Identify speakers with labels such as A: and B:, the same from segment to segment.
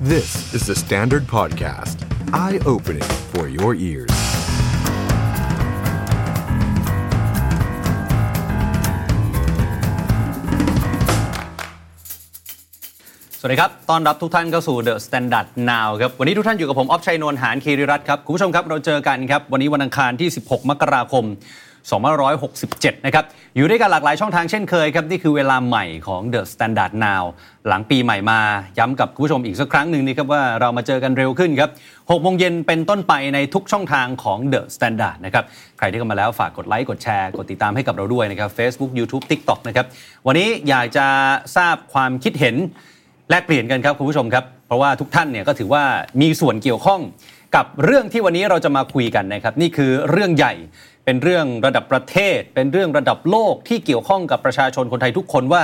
A: This is the Standard Podcast. Eye opening for your ears.
B: สวัสดีครับ ต้อนรับทุกท่านเข้าสู่ The Standard Now ครับ วันนี้ทุกท่านอยู่กับผม ออฟชัยนนท์หานคีริรัตน์ครับ คุณผู้ชมครับ เราเจอกันครับ วันนี้วันอังคารที่ 16 มกราคม 2567 นะครับ อยู่ด้วยกันหลากหลายช่องทางเช่นเคยครับ นี่คือเวลาใหม่ของ The Standard Now หลังปีใหม่มา ย้ำกับคุณผู้ชมอีกสักครั้งหนึ่งนี่ครับว่าเรามาเจอกันเร็วขึ้นครับ6โมงเย็นเป็นต้นไปในทุกช่องทางของ The Standard นะครับใครที่เข้ามาแล้วฝากกดไลค์กดแชร์กดติดตามให้กับเราด้วยนะครับ Facebook YouTube TikTok นะครับวันนี้อยากจะทราบความคิดเห็น แลกเปลี่ยนกันครับคุณผู้ชมครับ เพราะว่าทุกท่านเนี่ยก็ถือว่ามีส่วนเกี่ยวข้องกับเรื่องที่วันนี้เราจะมาคุยกันนะครับ นี่คือเรื่องใหญ่เป็นเรื่องระดับประเทศ เป็นเรื่องระดับโลกที่เกี่ยวข้องกับประชาชนคนไทยทุกคนว่า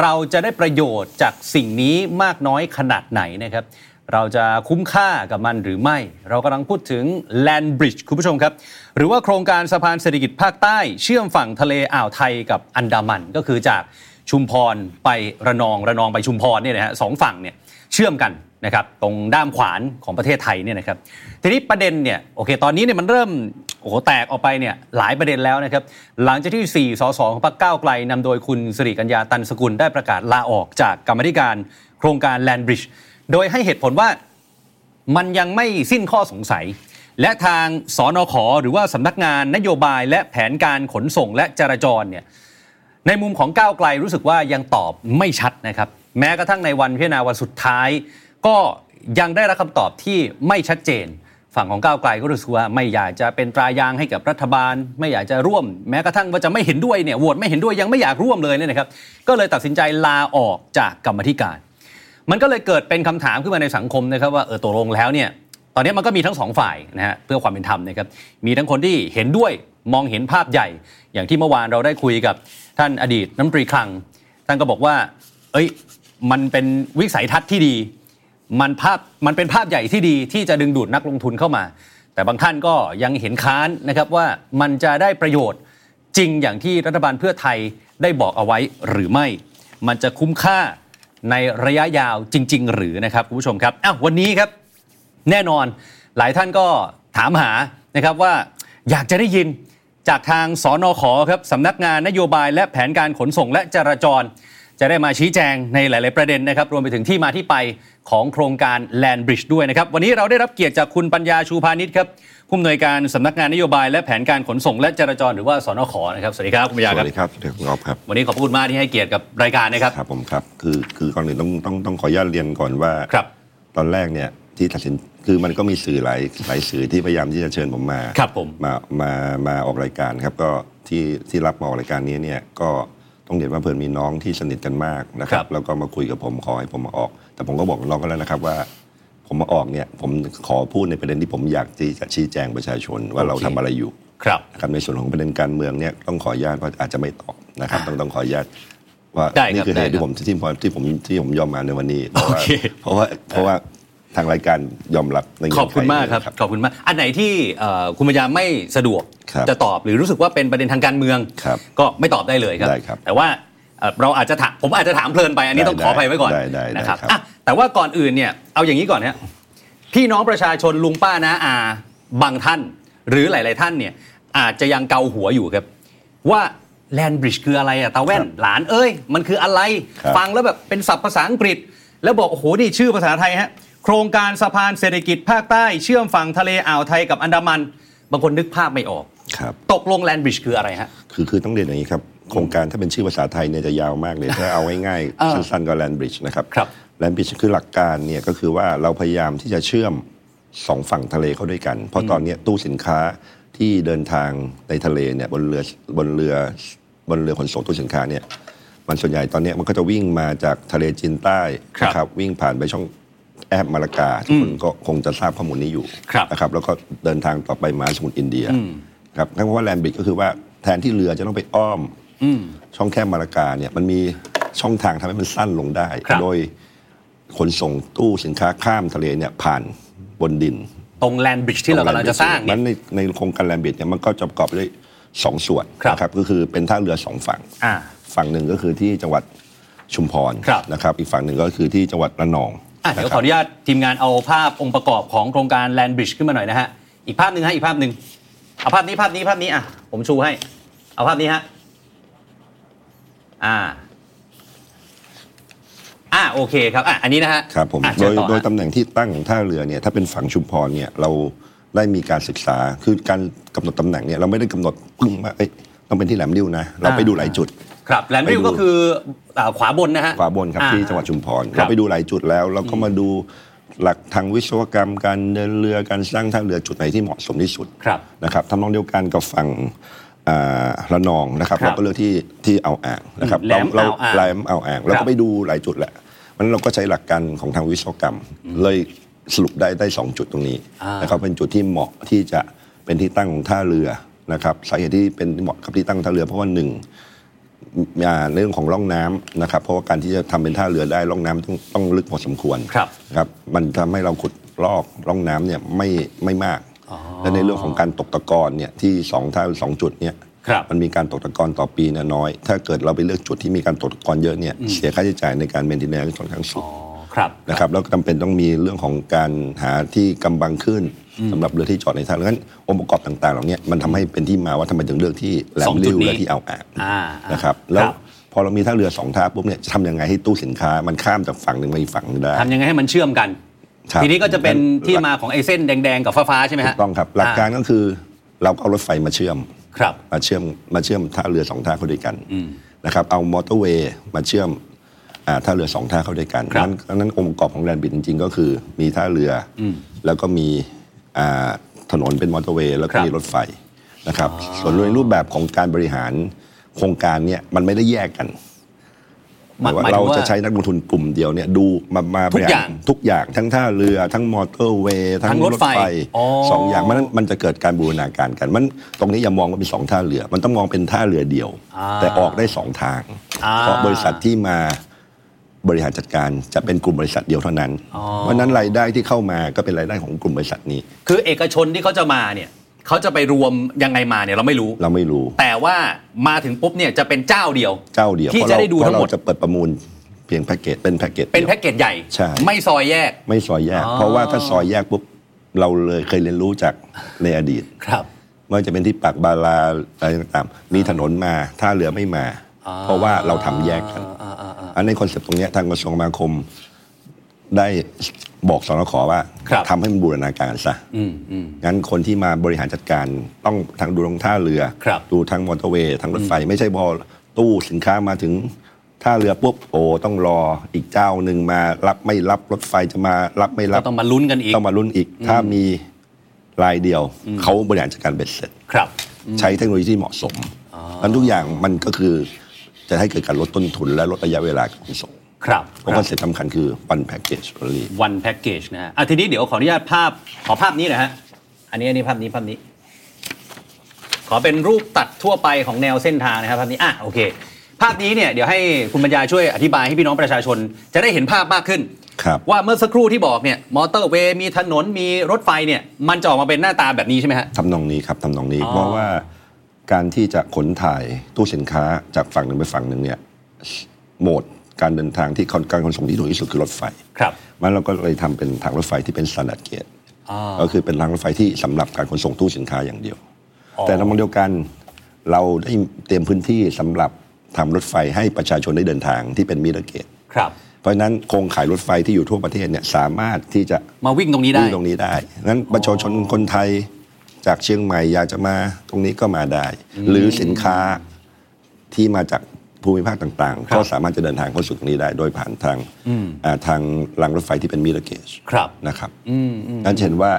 B: เราจะได้ประโยชน์จากสิ่งนี้มากน้อยขนาดไหนนะครับ เราจะคุ้มค่ากับมันหรือไม่ เรากำลังพูดถึง Land Bridge คุณผู้ชมครับ หรือว่าโครงการสะพานเศรษฐกิจภาคใต้ เชื่อมฝั่งทะเลอ่าวไทยกับอันดามันก็คือจาก ชุมพรไประนองระนองไปชุมพรเนี่ยนะฮะสองฝั่งเนี่ยเชื่อมกันนะครับตรงด้ามขวานของประเทศไทยเนี่ยนะครับทีนี้ประเด็นเนี่ยโอเคตอนนี้เนี่ยมันเริ่มโอ้โหแตกออกไปเนี่ยหลายประเด็นแล้วนะครับหลังจากที่ 4สสของพรรคก้าวไกลนำโดยคุณสิริกัญญาตันสกุลได้ประกาศลาออกจากกรรมาธิการโครงการแลนบริดจ์โดยให้เหตุผลว่า มันยังไม่สิ้นข้อสงสัย และทางสอนอขอหรือว่าสำนักงานนโยบายและแผนการขนส่งและจราจรเนี่ย ในมุมของก้าวไกลรู้สึกว่ายังตอบไม่ชัดนะครับ แม้กระทั่งในวันพิจารณาวันสุดท้าย ก็ยังได้รับคำตอบที่ไม่ชัดเจน ฝั่งของก้าวไกลก็รู้สึกว่าไม่อยากจะเป็นตรายางให้กับรัฐบาล ไม่อยากจะร่วม แม้กระทั่งว่าจะไม่เห็นด้วยเนี่ยโหวตไม่เห็นด้วยยังไม่อยากร่วมเลยเนี่ยนะครับ ก็เลยตัดสินใจลาออกจากกรรมธิการ มันก็เลยเกิดเป็นคำถามขึ้นมาในสังคมนะครับว่าเออตกลงแล้วเนี่ยตอนนี้มันก็มีทั้งสองฝ่ายนะฮะเพื่อความเป็นธรรมนะครับมีทั้งคนที่เห็นด้วยมองเห็นภาพใหญ่ อย่างที่เมื่อวานเราได้คุยกับท่านอดีตน้ำตรีคลัง ท่านก็บอกว่า เอ้ยมันเป็นวิสัยทัศน์ที่ดี มันภาพมันเป็นภาพใหญ่ที่ดีที่จะดึงดูดนักลงทุนเข้ามา แต่บางท่านก็ยังเห็นค้านนะครับว่ามันจะได้ประโยชน์ จริงอย่างที่รัฐบาลเพื่อไทยได้บอกเอาไว้หรือไม่ มันจะคุ้มค่าในระยะยาวจริง ๆ หรือนะครับคุณผู้ชมครับอ้าววันนี้ครับ แน่นอนหลายท่านก็ถามหานะครับว่าอยากจะได้ยินจากทางสอนอขอครับสำนักงานนโยบายและแผนการขนส่งและจราจร จะได้มาชี้แจงในหลาย ๆ ประเด็นนะครับ รวมไปถึงที่มาที่ไปของโครงการ Land Bridge ด้วยนะครับ วันนี้เราได้รับเกียรติจากคุณปัญญาชูพาณิชย์ครับผู้อำนวยการสำนักงานนโยบายและแผนการขนส่งและจราจรหรือว่าสนขนะครับสวัสดีครับคุณปัญญา
C: ส
B: ค
C: วั
B: รับ
C: สดีครับสวัสดีคุณออฟครับ
B: วันนี้ขอบคุณมากที่ให้เกียรติกับรายการนะครับ
C: ครับผมครับคือคือก่อนอื่นต้องต้องต้องขออนุญาตเรียนก่อนว่า
B: ครับ
C: ตอนแรกเนี่ยที่ตัดสินคือมันก็มีสื่อหลายหลายสื่อที่พยายามที่จะเชิญผมมา
B: ครับผม
C: มามามาออกรายการครับก็ที่ที่รับมาออกรายการนี้เนี่ยก็ต้องเรียนว่าเพื่อนมีน้องที่สนิทกันมากนะค
B: ค
C: รั
B: รั
C: บบ แล้วก็มาคุยกับผมขอให้ผมมาออก แต่ผมก็บอกน้องก็แล้วนะครับว่า ผมมาออกเนี่ยผมขอพูดในประเด็นที่ผมอยากที่จะชี้แจงประชาชนว่าเราทำอะไรอยู่
B: ครับ
C: นะครับในส่วนของประเด็นการเมืองเนี่ยต้องขออนุญาตเพราะอาจจะไม่ตอบนะครับ ต้องต้องขออนุญาตว่า
B: ได้ครับ
C: นี่คือเหตุ
B: ได้ครับ
C: ที่ผมที่ผมที่ผมที่ผมยอมมาในวันนี้เพราะว่า
B: โอเค
C: เพราะว่าเพราะว่าทางรายการยอมรับในเงื่นไข
B: ขอบคุณมากครับขอบคุณมากอันไหนที่เอ่อคุณปัญญาไม่สะดวก
C: ครับ
B: จะตอบหรือรู้สึกว่าเป็นประเด็นทางการเมือง
C: ครับ
B: ก็ไม่ตอบได้เลยครับ
C: ได้ครับ
B: แต่ว่าเอ่อเราอาจจะถามผมอาจจะถามเพลินไปอันนี้
C: ได้
B: ต้องขออภัยไว้ก่อน
C: ได้ได้ได้
B: นะครับ
C: ครับ
B: อ่ะแต่ว่าก่อนอื่นเนี่ยเอาอย่างนี้ก่อนนะพี่น้องประชาชนลุงป้านาอาบางท่าน หรือหลาย ๆ ท่านเนี่ยอาจจะยังเกาหัวอยู่ครับ ว่าแลนบริดจ์คืออะไรอะตาแว่น หลานเอ้ย มันคืออะไร
C: ครับ
B: ฟังแล้วแบบเป็นศัพท์ภาษาอังกฤษ แล้วบอก โอ้โห นี่ชื่อภาษาไทยฮะ โครงการสะพานเศรษฐกิจภาคใต้เชื่อมฝั่งทะเลอ่าวไทยกับอันดามัน บางคนนึกภาพไม่ออก
C: ครับ
B: ตกลงแลนบริดจ์คืออะไรฮะ
C: คือคือต้องเรียนอย่างนี้ครับ โครงการถ้าเป็นชื่อภาษาไทยเนี่ยจะยาวมากเลย ถ้าเอาง่าย
B: เออ
C: ๆสั้นๆก็แลนบริดจ์นะครับ
B: ครับ
C: แลนบริดจ์คือหลักการเนี่ยก็คือว่าเราพยายามที่จะเชื่อมสองฝั่งทะเลเข้าด้วยกัน เพราะตอนเนี้ยตู้สินค้าที่เดินทางในทะเลเนี่ยบนเรือบนเรือบนเรือขนส่งตู้สินค้าเนี่ยมันส่วนใหญ่ตอนเนี้ยมันก็จะวิ่งมาจากทะเลจีนใต้
B: ครับ
C: นะวิ่งผ่านไปช่องแอปมาลากาทุกคนก็คงจะทราบข้อมูลนี้อยู่
B: ครับ
C: นะครับแล้วก็เดินทางต่อไปมหาสมุทรอินเดีย ครับคำว่าแลนบิดก็คือว่าแทนที่เรือจะต้องไปอ้อมช่องแคบมาลากาเนี่ยมันมีช่องทางทำให้มันสั้นลงได้
B: ครับ
C: โดยขนส่งตู้สินค้าข้ามทะเลเนี่ยผ่านบนดิน
B: ตรงแลนบริดจ์ที่เรากำลังจะสร้างเนี่
C: นั้
B: ย
C: นในในโครงการแลนบิดเนี่ยมันก็จะประกอบไปด้วยสองส่วน
B: ครับ
C: นะก็คือเป็นท่าเรือสองฝั่ง
B: อ่า
C: ฝั่งหนึ่งก็คือที่จังหวัดชุมพร
B: ครับ
C: นะครับ อีกฝั่งหนึ่งก็คือที่จังหวัดระนอง
B: อ่ะเดี๋ยวขออนุญาตทีมงานเอาภาพองค์ประกอบของโครงการแลนบริดจ์ขึ้นมาหน่อยนะฮะ อีกภาพหนึ่งฮะ อีกภาพหนึ่งเอาภาพนี้ภาพนี้ภาพนี้อ่ะ ผมชูให้ เอาภาพนี้ฮะ อ่า อ่าโอเคครับ อ่ะ อันนี้นะฮะ
C: ครับผม
B: อ่ะ
C: โด
B: เชิญ
C: ย
B: ต่อ
C: โดย
B: ฮะ
C: ตำแหน่งที่ตั้งของท่าเรือเนี่ยถ้าเป็นฝั่งชุมพรเนี่ยเราได้มีการศึกษาคือการกำหนดตำแหน่งเนี่ยเราไม่ได้กำหนดกลุ่มว่าเอ้ยต้องเป็นที่แหลมริ้วนะเราไปดูหลายจุด
B: ครับแลนด์วิว
C: ไปดู
B: ก็คืออ่าขวาบนนะฮะ
C: ขวาบนครับ
B: อ่า
C: ที่จังหวัดชุมพร
B: ครับ
C: เราไปดูหลายจุดแล้ว เราก็มาดูหลักทางวิศวกรรม การเดินเรือการสร้างท่าเรือจุดไหนที่เหมาะสมที่สุด
B: ครับ
C: นะครับทำนองเดียวกันกับฝั่งอ่าระนองนะครับ
B: ครับ
C: เราก็เลือกที่ที่เอาวอ่างนะครับ
B: อืมแหลม
C: เรา
B: อ่าวอ่าง
C: แหลมเอาวอ่างเรา
B: ครั
C: ก็
B: บ
C: ไปดูหลายจุดแหละมันเราก็ใช้หลักการของทางวิศวกรรม เลยสรุปได้ได้สองจุดตรงนี้นะครับเป็นจุดที่เหมาะที่จะเป็นที่ตั้งของท่าเรือนะครับสาเหตุที่เป็นเหมาะกับที่ตั้งท่าเรือเพราะว่าหนึ่ง อ่าเรื่องของร่องน้ำนะครับเพราะว่าการที่จะทำเป็นท่าเรือได้ร่องน้ำต้องต้องลึกพอสมควร
B: ครับ
C: นะครับมันทำให้เราขุดลอกร่องน้ำเนี่ยไม่ไม่มาก และในเรื่องของการตกตะกอนเนี่ยที่สองท่าสองจุดเนี่ย
B: ครับ
C: มันมีการตกตะกอนต่อปีเนยน้อย ถ้าเกิดเราไปเลือกจุดที่มีการตกตะกอนเยอะเนี่ยเสียค่าใช้จ่ายในการเมนเทนแนนซ์ค่อนข้างสูง
B: อ๋อครับ
C: นะครับแล้วก็จำเป็นต้องมีเรื่องของการหาที่กำบังขึ้นสำหรับเรือที่จอดในท่าเรือนั้นองค์ประกอบต่างๆ เหล่านี้มันทำให้เป็นที่มาว่าทำไมถึงเลือกที่แหล
B: สอ
C: ม
B: งจุดนี้
C: ริ้วและที่เอาวอ่าง
B: อ่า
C: นะครับ
B: ค
C: แล้
B: รั
C: ว
B: บ
C: พอเรามีท่าเรือสองท่าปุ๊บเนี่ยจะทำยังไงให้ตู้สินค้ามันข้ามจากฝั่งหนึ่งไปอีกฝั่งหนึ่งได้
B: ทำยังไงให้มันเชื่อมกัน
C: ครับ
B: ทีนี้ก็จะเป็น
C: มัน
B: ที่มาของไอ้เส้นแดง ๆ กับฟ้าๆใช่ไหม
C: ถู
B: ฮะ
C: กต้องครับหลักการก็คือเราก็เอารถไฟมาเชื่อม
B: ครับ
C: มาเชื่อมมาเชื่อมท่าเรือสองท่าเข้าด้วยกันนะครับเอามอเตอร์เวย์มาเชื่อมอ่าท่าเรือสองท่าเข้าด้วยกัน
B: ครับ
C: นั้นนั้นองค์ประกอบของแลนด์บริดจริงๆ ก็คือมีท่าเรืออแล้วก็มีอ่าถนนเป็นมอเตอร์เวย์แล้วก็
B: ครับ
C: มีรถไฟนะครับส่วนในรูปแบบของการบริหารโครงการเนี่ยมันไม่ได้แยกกัน
B: หมาย
C: แต่ว่า
B: หมายถึง
C: เรา
B: ว่า
C: จะใช้นักลงทุนกลุ่มเดียวเนี่ยดูมามา
B: ทุกอย่าง
C: บริหรทุกอย่างทั้งท่าเรือทั้งมอเตอร์เวย์
B: ทั้งรถไฟอ๋อ
C: สองอย่างมัน มันจะเกิดการบูรณาการกัน มันตรงนี้อย่ามองว่าเป็นสองท่าเรือ มันต้องมองเป็นท่าเรือเดียว
B: อ่า
C: แต่ออกได้สองทาง
B: อ่า
C: เพราะบริษัทที่มาบริหารจัดการจะเป็นกลุ่มบริษัทเดียวเท่านั้น
B: อ๋อ
C: เพราะฉะนั้นรายได้ที่เข้ามาก็เป็นรายได้ของกลุ่มบริษัทนี้
B: คือเอกชนที่เขาจะมาเนี่ยเขาจะไปรวมยังไงมาเนี่ยเราไม่รู้
C: เราไม่รู้
B: แต่ว่ามาถึงปุ๊บเนี่ยจะเป็นเจ้าเดียว
C: เจ้าเดียว
B: ที่
C: เพรา
B: จะ
C: เรา
B: ได้ดูทั้งหมด
C: เพราะเราจะเปิดประมูลเพียงแพ็กเกจเป็นแพ็กเกจ
B: เป็น
C: ดียว
B: แพ็กเกจใหญ่
C: ใช่
B: ไม่ซอยแยก
C: ไม่ซอยแยก
B: อ๋อ
C: เพราะว่าถ้าซอยแยกปุ๊บเราเลยเคยเรียนรู้จากในอดีต
B: ครับ
C: ไม่ว่าจะเป็นที่ปากบาลาอะไรต่างๆ มีถนนมาท่าเรือไม่มา
B: อ่า
C: เพราะว่าเราทำแยกกัน
B: อ่าอ่าอ่า
C: อันในคอนเซปต์ตรงเนี้ยทางกระทรวงคมนาคมได้บอกสนขว่า
B: ครับ
C: ทำให้มันบูรณาการซะ
B: อืมอืม
C: งั้นคนที่มาบริหารจัดการต้องทางดูทางท่าเรือ
B: ครับ
C: ดูทางมอเตอร์เวย์ทางรถไฟ ไม่ใช่พอตู้สินค้ามาถึงท่าเรือปุ๊บโอ้ต้องรออีกเจ้าหนึ่งมารับไม่รับรถไฟจะมารับไม่รั
B: ก็
C: บ
B: ต้องมาลุ้นกันอีก
C: ต้องมาลุ้นอีก ถ้ามีรายเดียวเขาบริหารจัดการเบ็ดเสร็จ
B: ครับ
C: ใช้เทคโนโลยีที่เหมาะสมนั้นทุกอย่างมันก็คือจะให้เกิดการลดต้นทุนและลดระยะเวลาการขนส่ง
B: ครับ
C: เพราะคอนเซ็ปต์สำคัญคือ one package only
B: วันแพ็กเกจนะฮะอ่ะทีนี้เดี๋ยวขออนุญาตภาพขอภาพนี้หนะฮะ อันนี้อันนี้ภาพนี้ภาพนี้ ขอเป็นรูปตัดทั่วไปของแนวเส้นทางนะครับภาพนี้อ่ะโอเค ภาพนี้เนี่ยเดี๋ยวให้คุณปัญญาช่วยอธิบายให้พี่น้องประชาชน จะได้เห็นภาพมากขึ้น
C: ครับ
B: ว่าเมื่อสักครู่ที่บอกเนี่ยมอเตอร์เวย์มีถนนมีรถไฟเนี่ยมันจะออกมาเป็นหน้าตาแบบนี้ใช่ไหมฮะ
C: ทำนองนี้ครับทำนองนี้
B: อ๋อ
C: เพราะว่าการที่จะขนถ่ายตู้สินค้าจากฝั่งหนึ่งไปฝั่งหนึ่งเนี่ยโหมดการเดินทางที่การขนส่งที่ถูกที่สุดคือรถไฟ
B: ครับ
C: มันเราก็เลยทำเป็นทางรถไฟที่เป็น standard gauge
B: อ่า
C: ก็คือเป็นทางรถไฟที่สำหรับการขนส่งตู้สินค้าอย่างเดียว
B: อ๋อ
C: แต่ในมองเดียวกันเราได้เตรียมพื้นที่สำหรับทำรถไฟให้ประชาชนได้เดินทางที่เป็นมิเตอร์เกต
B: ครับ
C: เพราะฉะนั้นโครงข่ายรถไฟที่อยู่ทั่วประเทศเนี่ยสามารถที่จะ
B: มาวิ่งตรงนี้ได้
C: วิ่งตรงนี้ได้ งั้นประชาชนคนไทยจากเชียงใหม่อยากจะมาตรงนี้ก็มาได้ หรือสินค้าที่มาจากภูมิภาคต่าง
B: ครับ
C: ๆก็สามารถจะเดินทางเข้าสู่ตรงนี้ได้ โดยผ่านทางอ่าทางรางรถไฟที่เป็นมิเตอร์เกจ
B: ครับ
C: นะครับนั่นเห็นว่า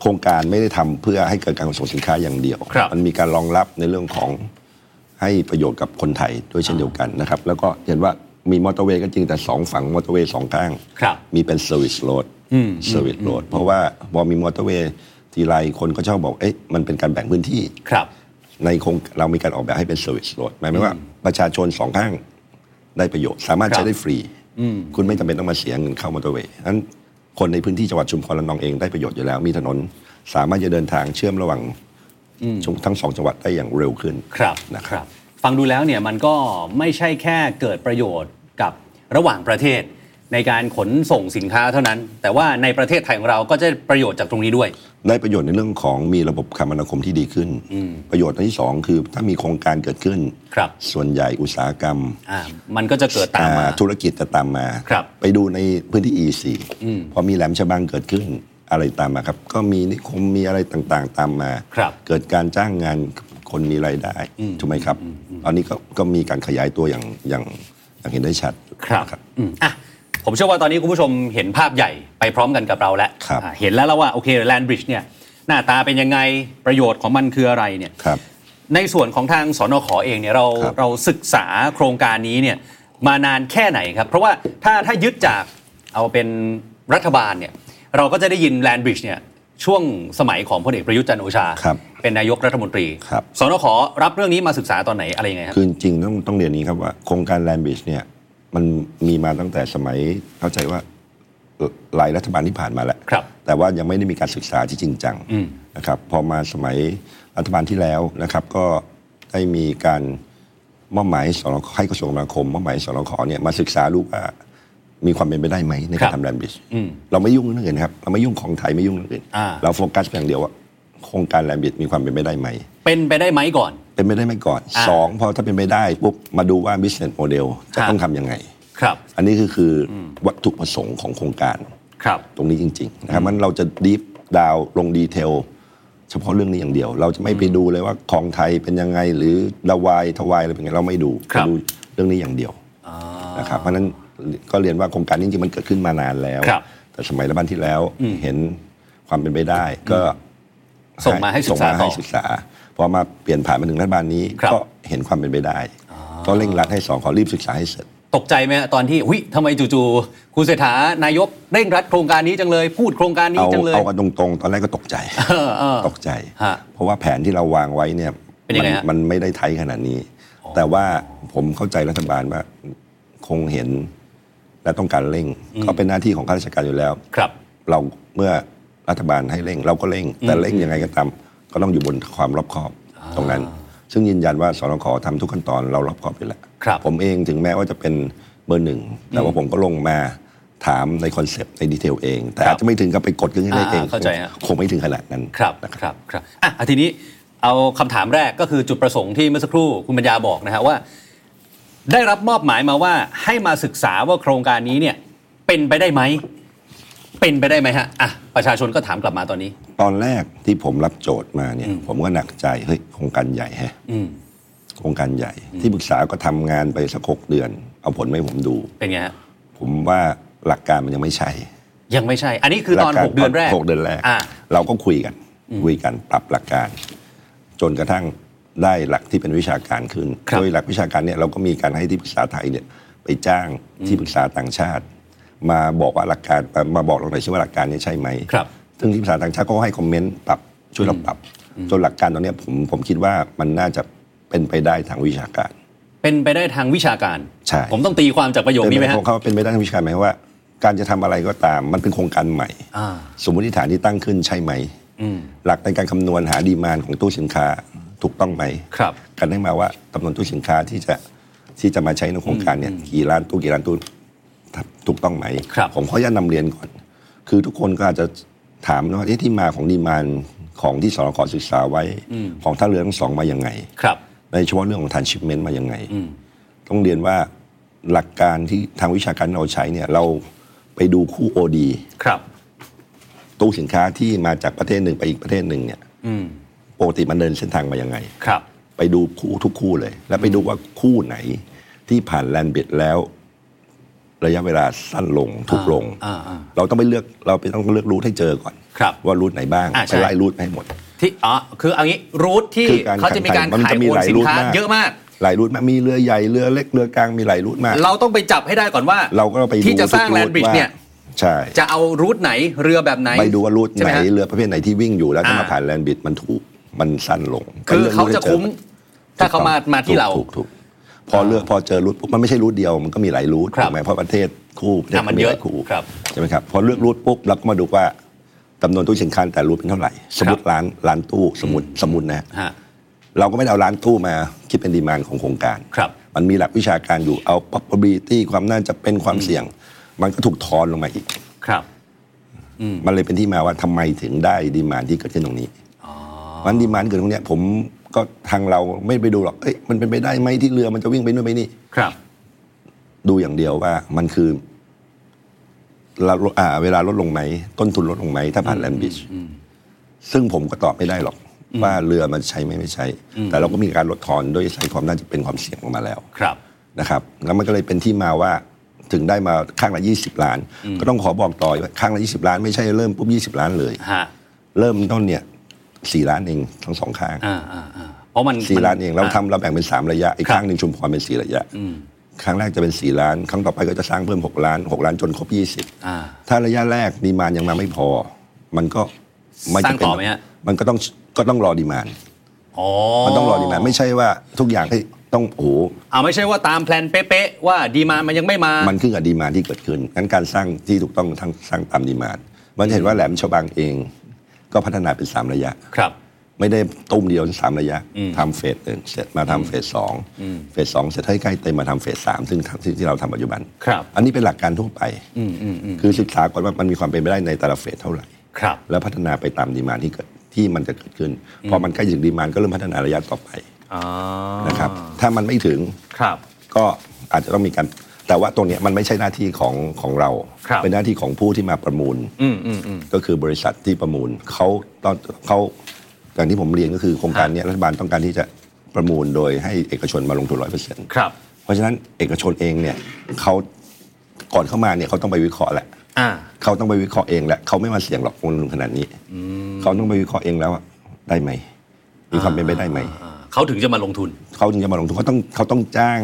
C: โครงการไม่ได้ทำเพื่อให้เกิดการขนส่งสินค้าอย่างเดียว
B: ครับ
C: มันมีการรองรับในเรื่องของให้ประโยชน์กับคนไทยด้วยเช่นเดียวกันนะครับ แล้วก็เห็นว่ามีมอเตอร์เวย์ก็จริงแต่สองฝั่งมอเตอร์เวย์สองข้าง
B: ครับ
C: มีเป็นเซอร์วิสโ a ดเซอร์วิสโ a ดเพราะว่าพอมีมอเตอร์เวย์ทีไรคนก็ชอบบอก เอ๊ะมันเป็นการแบ่งพื้นที่
B: ครับ
C: ในโครงเรามีการออกแบบให้เป็นเซอร์วิสโ a ดหมายความว่าประชาชนสองข้างได้ประโยชน์ สามารถ
B: ครับ
C: ใช้ได้ฟรี คุณไม่จำเป็นต้องมาเสียเงินเข้ามอเตอร์เวย์นั้นคนในพื้นที่จังหวัดชุมพรและนองเองได้ประโยชน์อยู่แล้ว มีถนนสามารถจะเดินทางเชื่อมระหว่างชุมทั้งสองจังหวัดได้อย่างเร็วขึ้น
B: ครับ
C: นะค
B: ครับ รับ ฟังดูแล้วเนี่ยมันก็ไม่ใช่แค่เกิดประโยชน์กับระหว่างประเทศ ในการขนส่งสินค้าเท่านั้น แต่ว่าในประเทศไทยของเราก็จะได้ประโยชน์จากตรงนี้ด้วย
C: ได้ประโยชน์ในเรื่องของมีระบบคมนาคมที่ดีขึ้น
B: อืม
C: ประโยชน์อันที่สองคือถ้ามีโครงการเกิดขึ้น
B: ครับ
C: ส่วนใหญ่อุตสาหกรรม
B: อ่ามันก็จะเกิดตามมา
C: อ่ธุรกิจจะตามมา
B: ครับ
C: ไปดูในพื้นที่ EC
B: อืม
C: พอมีแหลมฉบังเกิดขึ้นอะไรตามมาครับ ก็มีนิคมมีอะไรต่างๆ ตามมา
B: ครับ
C: เกิดการจ้างงานคนมีรายได้
B: อืม
C: ถูกไหมครับตอนนี้ก็ก็มีการขยายตัวอย่างอย่างอย่างเห็นได้ชัด
B: ครับอืมอ่ะผมเชื่อว่าตอนนี้คุณผู้ชมเห็นภาพใหญ่ไปพร้อมกันกับเราแล้ว
C: ครับ
B: อ่ะเห็นแล้วแล้วว่าโอเคแลนบริดจ์เนี่ยหน้าตาเป็นยังไงประโยชน์ของมันคืออะไรเนี่ย
C: ครับ
B: ในส่วนของทางสนขอเองเนี่ยเรา
C: ครับ
B: เราศึกษาโครงการนี้เนี่ยมานานแค่ไหนครับ เพราะว่าถ้าถ้ายึดจากเอาเป็นรัฐบาลเนี่ยเราก็จะได้ยินแลนบริดจ์เนี่ยช่วงสมัยของพลเอกประยุทธ์จันทร์โอชา
C: ครับ
B: เป็นนายกรัฐมนตรี
C: ครับ
B: สนขรับเรื่องนี้มาศึกษาตอนไหนอะไรยังไงครับ
C: คือจริงๆต้องต้องเรียนอย่างนี้ครับว่าโครงการแลนบิชเนี่ยมันมีมาตั้งแต่สมัยเข้าใจว่าเอ่อหลายรัฐบาลที่ผ่านมาแหละ
B: ครับ
C: แต่ว่ายังไม่ได้มีการศึกษาที่จริงจัง
B: อืม
C: นะครับพอมาสมัยรัฐบาลที่แล้วนะครับ ก็ได้มีการมอบหมายให้สรให้กระทรวงคมนาคมมอบหมายให้สรคเนี่ยมาศึกษาดูว่ามีความเป็นไปได้ไหมใน
B: ครั
C: กา
B: บ
C: รทำแลนบิช
B: อืม
C: เราไม่ยุ่งเรื่องอื่นนะครับเราไม่ยุ่งของไทยไม่ยุ่งเรื่องอื่น
B: อ่า
C: เราโฟกัสเพียงเดียวว่าโครงการแลนบิชมีความเป็นไปได้ไหม
B: เป็นไปได้ไหมก่อน
C: เป็นไปได้ไหมก่อน
B: อ่า
C: สองพอถ้าเป็นไปได้ปุ๊บมาดูว่า business model
B: ค
C: จะ
B: รับ
C: ต้องทำยังไง
B: ครับ
C: อันนี้คือคืออวัตถุประสงค์ของโครงการ
B: ครับ
C: ตรงนี้จริงๆนะครับมันเราจะดีฟดาวลงดีเทลเฉพาะเรื่องนี้อย่างเดียว เราจะไม่ไปดูเลยว่าของไทยเป็นยังไง หรือละวายทวายอะไรเป็นยังไงเราไม่ดู
B: ครับ
C: เราดูเรื่องนี้อย่างเดียวนะครับเพราะฉะนั้นก็เรียนว่าโครงการนี้จริงๆมันเกิดขึ้นมานานแล้ว
B: ครับ
C: แต่สมัยรัฐบาลที่แล้วเห็นความเป็นไปได้ก็
B: ส่งมาให้ศึกษา
C: ส่งมา
B: ต่
C: ให้
B: อ
C: ศึกษาพอมาเปลี่ยนผ่านมาถึงรัฐบาลนี้
B: ครับ
C: ก็เห็นความเป็นไปได้ ก็เร่งรัดให้สองขอรีบศึกษาให้เสร็จ
B: ตกใจไหมฮะตอนที่หุยทำไมจู่ๆคุณเศรษฐานายกเร่งรัดโครงการนี้จังเลย พูดโครงการนี้
C: เอา
B: จังเลย
C: เอากันตรงๆ ตอนแรกก็ตกใจ
B: เออเออ
C: ตกใจ
B: ฮะ
C: เพราะว่าแผนที่เราวางไว้เนี่ย
B: เป็นยังไง
C: มั
B: ฮะ
C: มันไม่ได้ไทยขนาดนี้ แต่ว่าผมเข้าใจรัฐบาลว่าคงเห็นและต้องการเร่ง ก็เป็นหน้าที่ของข้าราชการอยู่แล้ว
B: ครับ
C: เราเมื่อรัฐบาลให้เร่ง เราก็เร่ง แต่เร่งยังไงก็ตามก็ต้องอยู่บนความรอบคอบตรงนั้น ซึ่งยืนยันว่าสนขทำทุกขั้นตอนเรารอบคอบไปแล้ว
B: ครับ
C: ผมเองถึงแม้ว่าจะเป็นเบอร์หนึ่งแต่ว่าผมก็ลงมาถามในคอนเซปต์ในดีเทลเอง แต่อาจจะไม่ถึงกับไปกดขึ้นให้ได้เอง
B: อ่าเข้าใจฮะ
C: คงไม่ถึงขนาดนั้น
B: ครับครับครับอ่ะอ่ะทีนี้เอาคำถามแรกก็คือจุดประสงค์ที่เมื่อสักครู่คุณปัญญาบอกนะฮะว่า ได้รับมอบหมายมาว่าให้มาศึกษาว่าโครงการนี้เนี่ยเป็นไปได้ไหม เป็นไปได้ไหมฮะอ่ะประชาชนก็ถามกลับมาตอนนี้
C: ตอนแรกที่ผมรับโจทย์มาเนี่ย ผมก็หนักใจเฮ้ยโครงการใหญ่แฮะ
B: อืม
C: โครงการใหญ่ ที่ปรึกษาก็ทำงานไปสักหกเดือน เอาผลมาให้ผมดู
B: เป็นไงฮะ
C: ผมว่าหลักการมันยังไม่ใช่
B: ยังไม่ใช่ อันนี้คือตอน
C: หลัก
B: ห
C: การ
B: กเดือนแรก
C: หกเดือนแรก
B: อ่ะ
C: เราก็คุยกัน คุยกันปรับหลักการ จนกระทั่งได้หลักที่เป็นวิชาการขึ้น
B: ครับ
C: โดยหลักวิชาการเนี่ยเราก็มีการให้ที่ปรึกษาไทยเนี่ยไปจ้างที่ปรึกษาต่างชาติ มาบอกว่าหลักการมามาบอกเราหน่อยสิว่าหลักการเนี้ใช่ไหม
B: ครับ
C: ซึ่งที่ปรึกษาต่างชาติก็ให้คอมเมนต์ปรับช่วยเราปรับ จนหลักการตอนเนี้ยผมผมคิดว่ามันน่าจะเป็นไปได้ทางวิชาการ
B: เป็นไปได้ทางวิชาการ
C: ใช่
B: ผมต้องตีความจากประโยคนี้ไหม
C: เป็
B: ฮะ
C: ของเขาเป็นไปได้ทางวิชาการหมายความว่า การจะทำอะไรก็ตามมันเป็นโครงการใหม่
B: อ่า
C: สมมติฐานที่ตั้งขึ้นใช่ไหม
B: อืม
C: หลักในการคำนวณหาดีมานของตู้สินค้าถูกต้องไหม
B: ครับ
C: กันได้มาว่าจำนวนตู้สินค้าที่จะที่จะมาใช้ในโครงการเนี่ยกี่ล้านตู้กี่ล้านตู้ถูกต้องไหม
B: ครับ
C: ผมขออนุญาตนำเรียนก่อน คือทุกคนก็อาจจะถามนะว่าเอ๊ะที่มาของดีมานของที่สรคศึกษาไว้ของท่าเรือทั้งสองมายังไง
B: ครับ
C: ในเฉพาะเรื่องของ transshipment มายังไง
B: อืม
C: ต้องเรียนว่าหลักการที่ทางวิชาการเราใช้เนี่ยเราไปดูคู่โอดี
B: ครับ
C: ตู้สินค้าที่มาจากประเทศหนึ่งไปอีกประเทศหนึ่งเนี่ย
B: อืม
C: ปกติมันเดินเส้นทางมายังไง
B: ครับ
C: ไปดูคู่ทุกคู่เลย แล้วไปดูว่าคู่ไหนที่ผ่านแลนด์บิดแล้ว ระยะเวลาสั้นลงถูกลง
B: อ่าอ่า
C: เราต้องไปเลือกเราไปต้องเลือกรูทให้เจอก่อน
B: ครับ
C: ว่ารูทไหนบ้าง
B: อ่าใช่
C: ไปไล่รูทให้หมด
B: ที่อ๋อคือเอางี้รูทที่
C: คือการ
B: เขาจะมีการ
C: ขายมัน
B: ขาย
C: จะมี
B: โอน
C: หลาย
B: สิน
C: รู
B: ค้าม
C: ทาก
B: เยอะมาก
C: หลายรูทมากมีเรือใหญ่เรือเล็กเรือกลางมีหลายรูทมาก
B: เราต้องไปจับให้ได้ก่อนว่า
C: เราก็ไปดู
B: ที่จะสร้าง
C: ทุก
B: แลนด์บริดจ์
C: ว่า
B: เนี่ย
C: ใช่
B: จะเอารูทไหนเรือแบบไหน
C: ไปดูว่ารูท
B: ใช่
C: ไหน
B: มฮะ
C: เรือประเภทไหนที่วิ่งอยู่แล้วถ้า
B: อ่าม
C: มาผ่านแลนด์บิดมันถูกมันสั้นลง
B: คือ
C: ไปลืก
B: เขาจะคุ้ม
C: รูทให้เจอ
B: ถ้าเขามามาที่เรา
C: ถูกถูกพอเลือกพอเจอรูทปุ๊บมันไม่ใช่รูทเดียวมันก็มีหลายรูท
B: ครับ
C: ถูกไหมเพราะประเทศคู่ประเทศ
B: อ่ะมัน
C: หลา
B: เยอะ
C: คู่
B: ครับ
C: ใช่ไหมครับพอเลือกรูทปุ๊บเราก็มาดูว่าจำนวนตู้สินค้าแต่รูทเป็นเท่าไหร่ สมมติร้านร้านตู้สมมติสมมตินะ
B: ฮะ
C: เราก็ไม่ได้เอาร้านตู้มาคิดเป็นดีมานของโครงการ
B: ครับ
C: มันมีหลักวิชาการอยู่เอา probability ความน่าจะเป็นความเสี่ยง มันก็ถูกทอนลงมาอีก
B: ครับ
C: มันเลยเป็นที่มาว่าทำไมถึงได้ดีมานที่เกิดขึ้นตรงนี้วันดีมานเกิดตรงเนี้ยผมก็ทางเราไม่ไปดูหรอกเอ้ยมันเป็นไปได้ไหมที่เรือมันจะวิ่งไปนู่นไปนี่
B: ครับ
C: ดูอย่างเดียวว่ามันคือเราอ่าเวลาลดลงไหม ต้นทุนลดลงไหม ถ้าผ่านแลนบิชซึ่งผมก็ตอบไม่ได้หรอก ว่าเรือมันใช้ไหมไม่ใช้ แต่เราก็มีการลดทอนด้วยใช้ความน่าจะเป็นความเสี่ยงลงมาแล้ว
B: ครับ
C: นะครับแล้วมันก็เลยเป็นที่มาว่าถึงได้มาข้างละ 20 ล้าน ก็ต้องขอบอกต่ออีกว่าข้างละ 20 ล้านไม่ใช่เริ่มปุ๊บ 20 ล้านเลย
B: ฮะ
C: เริ่มต้นเนี่ยสี่ล้านเองทั้งสองข้าง
B: อ่าอ่าอ่าเพราะมัน
C: สี่
B: มั
C: ล้านเองเราทำ
B: ะ
C: เราแบ่งเป็น 3 ระยะ อีก
B: ครับ
C: ข้างหนึ่งชุมพรเป็น 4 ระยะครั้งแรกจะเป็น 4 ล้าน ครั้งต่อไปก็จะสร้างเพิ่ม 6 ล้าน 6 ล้านจนครบ
B: อ่า
C: 20 ถ้าระยะแรกดีมานยังมาไม่พอ มันก็ไม่จะเป็
B: สร้าง
C: น
B: ต่อไหมฮะ
C: มันก็ต้องก็ต้องรอดีมาน
B: อ๋อ
C: มันต้องรอดีมานไม่ใช่ว่าทุกอย่างให้ต้องโอ้โห
B: เอาไม่ใช่ว่าตามแพลนเป๊ะๆว่าดีมามันยังไม่มา
C: มันขึ้นกับดีมานที่เกิดขึ้นงั้นการสร้างที่ถูกต้องทั้งสร้างตามดีมานมันจะเห็นว่าแหลมฉบังเอง ก็พัฒนาเป็น 3 ระยะ
B: ครับ
C: ไม่ได้ตุ้มเดียวสามระยะทำเฟสหนึ่งเสร็จมาทำเฟสสองเฟสสองเสร็จให้ใกล้เต็มมาทำเฟสสามซึ่งทำที่ที่เราทำปัจจุบัน
B: ครับ
C: อันนี้เป็นหลักการทั่วไปคือศึกษาก่อนว่ามันมีความเป็นไปได้ในแต่ละเฟสเท่าไหร่
B: ครับ
C: แล้วพัฒนาไปตามดีมานที่เกิดที่มันจะเกิดขึ้นพอมันใกล้ถึงดีมานก็เริ่มพัฒนาระยะต่อไป
B: อ๋อ
C: นะครับถ้ามันไม่ถึง
B: ครับ
C: ก็อาจจะต้องมีการแต่ว่าตรงเนี้ยมันไม่ใช่หน้าที่ของของเรา
B: ครับ
C: เป็นหน้าที่ของผู้ที่มาประมูล
B: อืมอืมอืม
C: ก็คือบริษัทที่ประมูลเขาต้องเขาอย่างที่ผมเรียนก็คือโครงการเนี้ยรัฐบาลต้องการที่จะประมูลโดยให้เอกชนมาลงทุนร้อยเปอร์เซ็นต์
B: ครับ
C: เพราะฉะนั้นเอกชนเองเนี่ยเขาก่อนเข้ามาเนี่ยเขาต้องไปวิเคราะห์แหละ
B: อ่า
C: เขาต้องไปวิเคราะห์เองแหละเขาไม่มาเสี่ยงหรอกลงทุนขนาดนี้เขาต้องไปวิเคราะห์เองแล้วว่าได้ไหมมีความเป็นไปได้ไหม
B: อ่าเขาถึงจะมาลงทุน
C: เขาถึงจะมาลงทุนเขาต้องเขาต้องจ้าง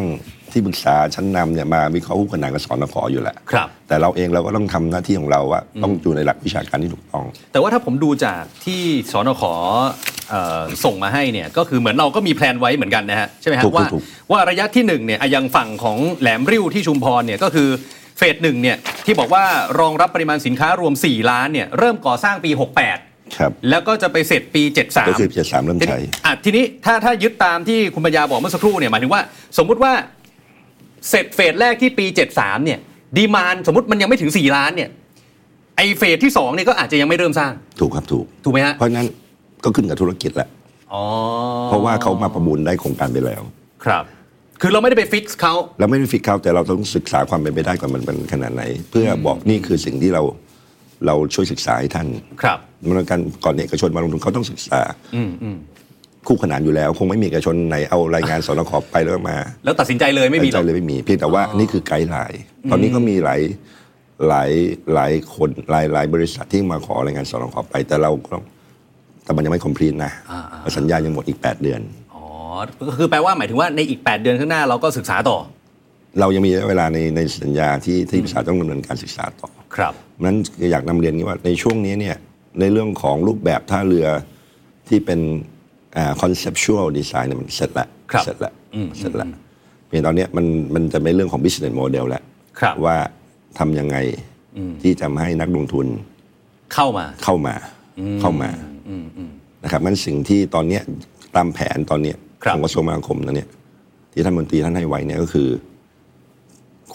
C: ที่ปรึกษาชั้นนำเนี่ยมาวิเคราะห์คู่ขนานกับสอนขออยู่แหละ
B: ครับ
C: แต่เราเองเราก็ต้องทำหน้าที่ของเราว่าต้องอยู่ในหลักวิชาการที่ถูกต้อง
B: แต่ว่าถ้าผมดูจากที่สนขเอ่อส่งมาให้เนี่ยก็คือเหมือนเราก็มีแพลนไว้เหมือนกันนะฮะใช่ไหมฮะ
C: ถูก
B: ว่า
C: ถูก
B: ว่าระยะที่หนึ่งเนี่ยอ่ะอยังฝั่งของแหลมริ้วที่ชุมพรเนี่ยก็คือเฟสหนึ่งเนี่ยที่บอกว่ารองรับปริมาณสินค้ารวม 4 ล้านเนี่ยเริ่มก่อสร้างปี 68
C: ครับ
B: แล้วก็จะไปเสร็จปี 73
C: ก็คือ73เริ่มใช้
B: ทีนี้อ่ะทีนี้ถ้าถ้ายึดตามที่คุณปัญญาบอกเมื่อสักครู่เนี่ยหมายถึงว่า สมมุติว่าเสร็จเฟสแรกที่ปี 73เนี่ยดีมานสมมติมันยังไม่ถึง 4 ล้านเนี่ยไอเฟสที่สองเนี่ยก็อาจจะยังไม่เริ่มสร้าง
C: ถูกครับถูก
B: ถูกไหมฮะ
C: เพราะฉะนั้นก็ขึ้นกับธุรกิจแหละ
B: อ๋อ
C: เพราะว่าเขามาประมูลได้โครงการไปแล้ว
B: ครับ คือเราไม่ได้ไปฟิกซ์เขา
C: เราไม่ได้ฟิกเขาแต่เราต้องศึกษาความเป็นไปได้ก่อนมันเป็นขนาดไหน เพื่อบอกนี่คือสิ่งที่เราเราช่วยศึกษาให้ท่าน
B: ครับ
C: เหมันกันก่อนเอกชนมาลงทุนเขาต้องศึกษาคู่ขนานอยู่แล้ว คงไม่มีเอกชนไหนเอารายงานสอนขอไปแล้วมา
B: แล้วตัดสินใจเลยไม่มีหร
C: ใจ
B: อก
C: เลยไม่มีเพียงแต่ว่านี่คือไกด์ไลน์ตอนนี้ก็มีหลายหลายหลายคนหลายหลายบริษัทที่มาขอรายงานสอนขอไป แต่เราก็แต่มันยังไม่คอมพลีทนะ
B: อ่า
C: สัญญายังหมดอีก 8 เดือน
B: อ๋อ ก็คือแปลว่าหมายถึงว่าในอีก 8 เดือนข้างหน้าเราก็ศึกษาต่อ
C: เรายังมีระยะเวลาในในสัญญาที่ที่บริษัทต้องดำเนินการศึกษาต่อ
B: ครับ
C: เพราะฉะนั้นอยากนำเรียนนี้ว่าในช่วงนี้เนี่ยในเรื่องของรูปแบบท่าเรือที่เป็นคอนเซปชวลดีไซน์เนี่ยมันเสร็จแล้ว
B: ครับ
C: เสร็จแล้วเสร็จแล้วเพียงตอนเนี้ยมันมันจะเป็นเรื่องของ business model แล้ว
B: ครับ
C: ว่าทำยังไงที่จะให้นักลงทุน
B: เข้ามา
C: เข้ามาเข้ามานะครับมันสิ่งที่ตอนเนี้ยตามแผนตอนเนี้ย
B: ครับ
C: ของกระทรวงมนาคมนะเนี่ยที่ท่านมนตรีท่านให้ไว้เนี่ยก็คือ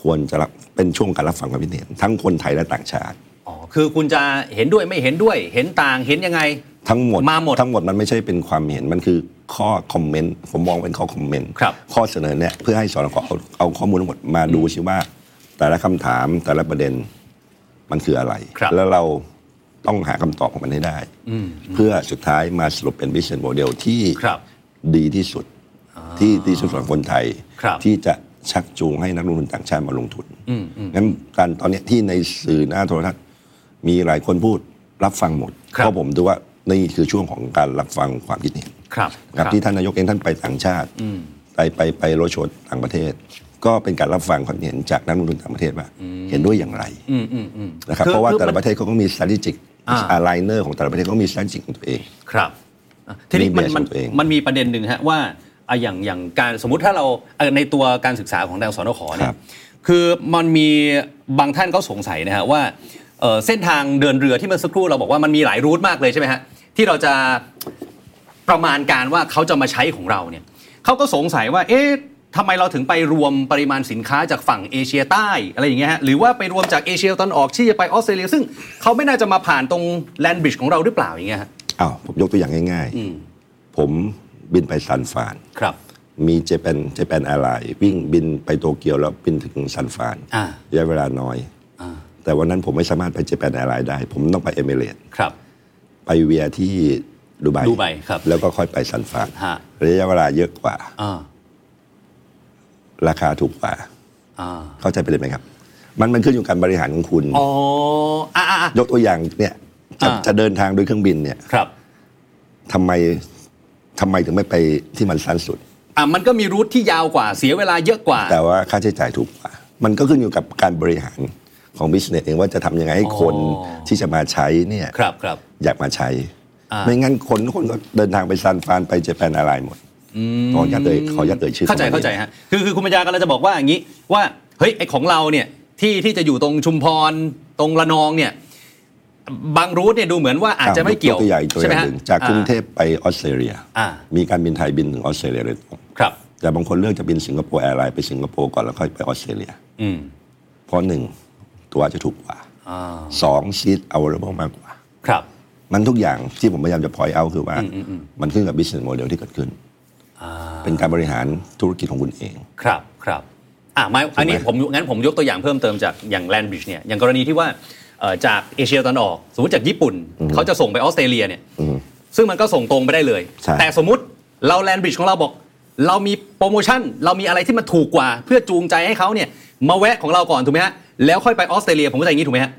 C: ควรจะรับเป็นช่วงการรับฟังความคิดเห็นทั้งคนไทยและต่างชาติ
B: อ๋อ คือคุณจะเห็นด้วยไม่เห็นด้วย เห็นต่าง เห็นยังไง
C: ทั้งหมด
B: มาหมด
C: ทั้งหมดมันไม่ใช่เป็นความเห็นมันคือข้อคอมเมนต์ผมมองเป็นข้อคอมเมนต์
B: ครับ
C: ข้อเสนอเนี่ยเพื่อให้สอนขอเอาเอาข้อมูลทั้งหมดมาดูสิว่า แต่ละคำถามแต่ละประเด็นมันคืออะไร
B: ครับ
C: แล้วเราต้องหาคำตอบของมันให้ได้ เพื่อสุดท้ายมาสรุปเป็น business model ที่
B: ครับ
C: ดีที่สุด ที่ดีที่สุดสำหรับคนไทย
B: ครับ
C: ที่จะชักจูงให้นักลงทุนต่างชาติมาลงทุนงั้นการตอนเนี้ยที่ในสื่อหน้าโทรทัศน์มีหลายคนพูดรับฟังหมด
B: ครับ
C: เพราะผมดูว่านี่คือช่วงของการรับฟังความคิดเห็น
B: ครับ
C: ครับที่ท่านนายกเองท่านไปต่างชาติไปไปไปโรดโชว์ต่างประเทศ ก็เป็นการรับฟังความเห็นจากนักลงทุนต่างประเทศว่าเห็นด้วยอย่างไรนะครับ
B: คือ
C: เพราะว่า
B: คือ
C: แต่
B: มัน
C: ละประเทศเขาก็มี strategic
B: อ่า
C: aligner ของแต่ละประเทศเขาก็มี strategic ของตัวเอง
B: ครับอ่ะทีนี้
C: มี
B: มันมั
C: base
B: น
C: ของตัวเอง
B: มันมีประเด็นหนึ่งฮะว่าอ่ะอย่างอย่างการสมมติถ้าเราเอ่อในตัวการศึกษาของแนวสนขเนี่ยคือมันมีบางท่านก็สงสัยนะฮะว่าเอ่อเส้นทางเดินเรือที่เมื่อสักครู่เราบอกว่ามันมีหลายรูทมากเลยใช่ไหมฮะที่เราจะประมาณการว่าเขาจะมาใช้ของเราเนี่ยเขาก็สงสัยว่าเอ๊ะ ทำไมเราถึงไปรวมปริมาณสินค้าจากฝั่งเอเชียใต้อะไรอย่างเงี้ยฮะหรือว่าไปรวมจากเอเชียตะวันออกที่จะไปออสเตรเลีย ซึ่งเขาไม่น่าจะมาผ่านตรงแลนด์บริดจ์ของเราหรือเปล่าอย่างเงี้ยฮะ
C: อ้าวผมยกตัวอย่างง่าย
B: อืม
C: ๆ ผมบินไปซานฟราน
B: ครับ
C: มีเจแปนเจแปนแอร์ไลน์วิ่งบินไปโตเกียวแล้วบินถึงซานฟราน
B: อ่า
C: ระยะเวลาน้อย
B: อ่า
C: แต่วันนั้นผมไม่สามารถไปเจแปนแอร์ไลน์ได้ ผมต้องไปเอมิเรต
B: ครับ
C: ไปเวียที่ดูไบ
B: ดูไบครับ
C: แล้วก็ค่อยไปซานฟราน
B: ฮะ
C: ระยะเวลาเยอะกว่า
B: อ่า
C: ราคาถูกกว่า
B: อ่า
C: เข้าใจไปเลยไหมครับ มันมันขึ้นอยู่กับการบริหารของคุณ
B: อ๋ออ่าอ่า
C: ยกตัวอย่างเนี่ยจะ
B: อ่า
C: จะเดินทางโดยเครื่องบินเนี่ย
B: ครับ
C: ทำไมทำไมถึงไม่ไปที่มันสั้นสุด
B: อ่ามันก็มีรูทที่ยาวกว่าเสียเวลาเยอะกว่า
C: แต่ว่าค่าใช้จ่ายถูกกว่า มันก็ขึ้นอยู่กับการบริหารของบิสเนสเองว่าจะทำยังไงให้คน
B: อ๋อ
C: ที่จะมาใช้เนี่ย
B: ครับครับ
C: อยากมาใช้
B: อ่า
C: ไม่งั้นคนทุกคนก็เดินทางไปซานฟรานไปเจแปนอะไรหมดขออนุญาตเอ่ยขออนุญาตเอ่ยชื่อ
B: เข้าใจ
C: ขงมัน
B: เข้าใจฮะคือคือคุณปัญญากำลังจะบอกว่าอย่างนี้ว่าเฮ้ยไอของเราเนี่ยที่ที่จะอยู่ตรงชุมพรตรงระนองเนี่ยบางรูทเนี่ยดูเหมือนว่าอาจจะไม่เกี่ยว
C: ตัวอย่างอีกตัวอ
B: ใช่ไหม
C: ย่าง
B: ฮะ
C: หนึ่งจาก
B: อ่
C: กรุงเทพไปออสเตรเลีย
B: อ่า
C: มีการบินไทยบินถึงออสเตรเลียเลยตรง
B: ครับ
C: แต่บางคนเลือกจะบินสิงคโปร์แอร์ไลน์ไปสิงคโปร์ก่อนแล้วค่อยไปออสเตรเลีย
B: อืม
C: เพราะหนึ่งตัวจะถูกกว่า
B: อ่า
C: สองซีทเอาเรื่องมากกว่า
B: ครับ
C: มันทุกอย่างที่ผมพยายามจะพอยเอาคือว่า มันขึ้นกับ business model ที่เกิดขึ้น เป็นการบริหารธุรกิจของคุณเอง
B: ครับครับอ่ะไม่อันนี้
C: ถูกไหม
B: ผมงั้นผมยกตัวอย่างเพิ่มเติมจากอย่างแลนบริดจ์เนี่ยอย่างกรณีที่ว่าเอ่อจากเอเชียตะวันออก สมมติจากญี่ปุ่น เขาจะส่งไปออสเตรเลียเนี่ย
C: อืม
B: ซึ่งมันก็ส่งตรงไปได้เลย
C: ใช่
B: แต่สมมติเราแลนบริดจ์ของเราบอก เรามีโปรโมชั่น เรามีอะไรที่มันถูกกว่า เพื่อจูงใจให้เขาเนี่ยมาแวะของเราก่อนถูกไหมฮะแล้วค่อยไปออสเตรเลียผมก็จะอย่างนี้ถูกไหมฮะ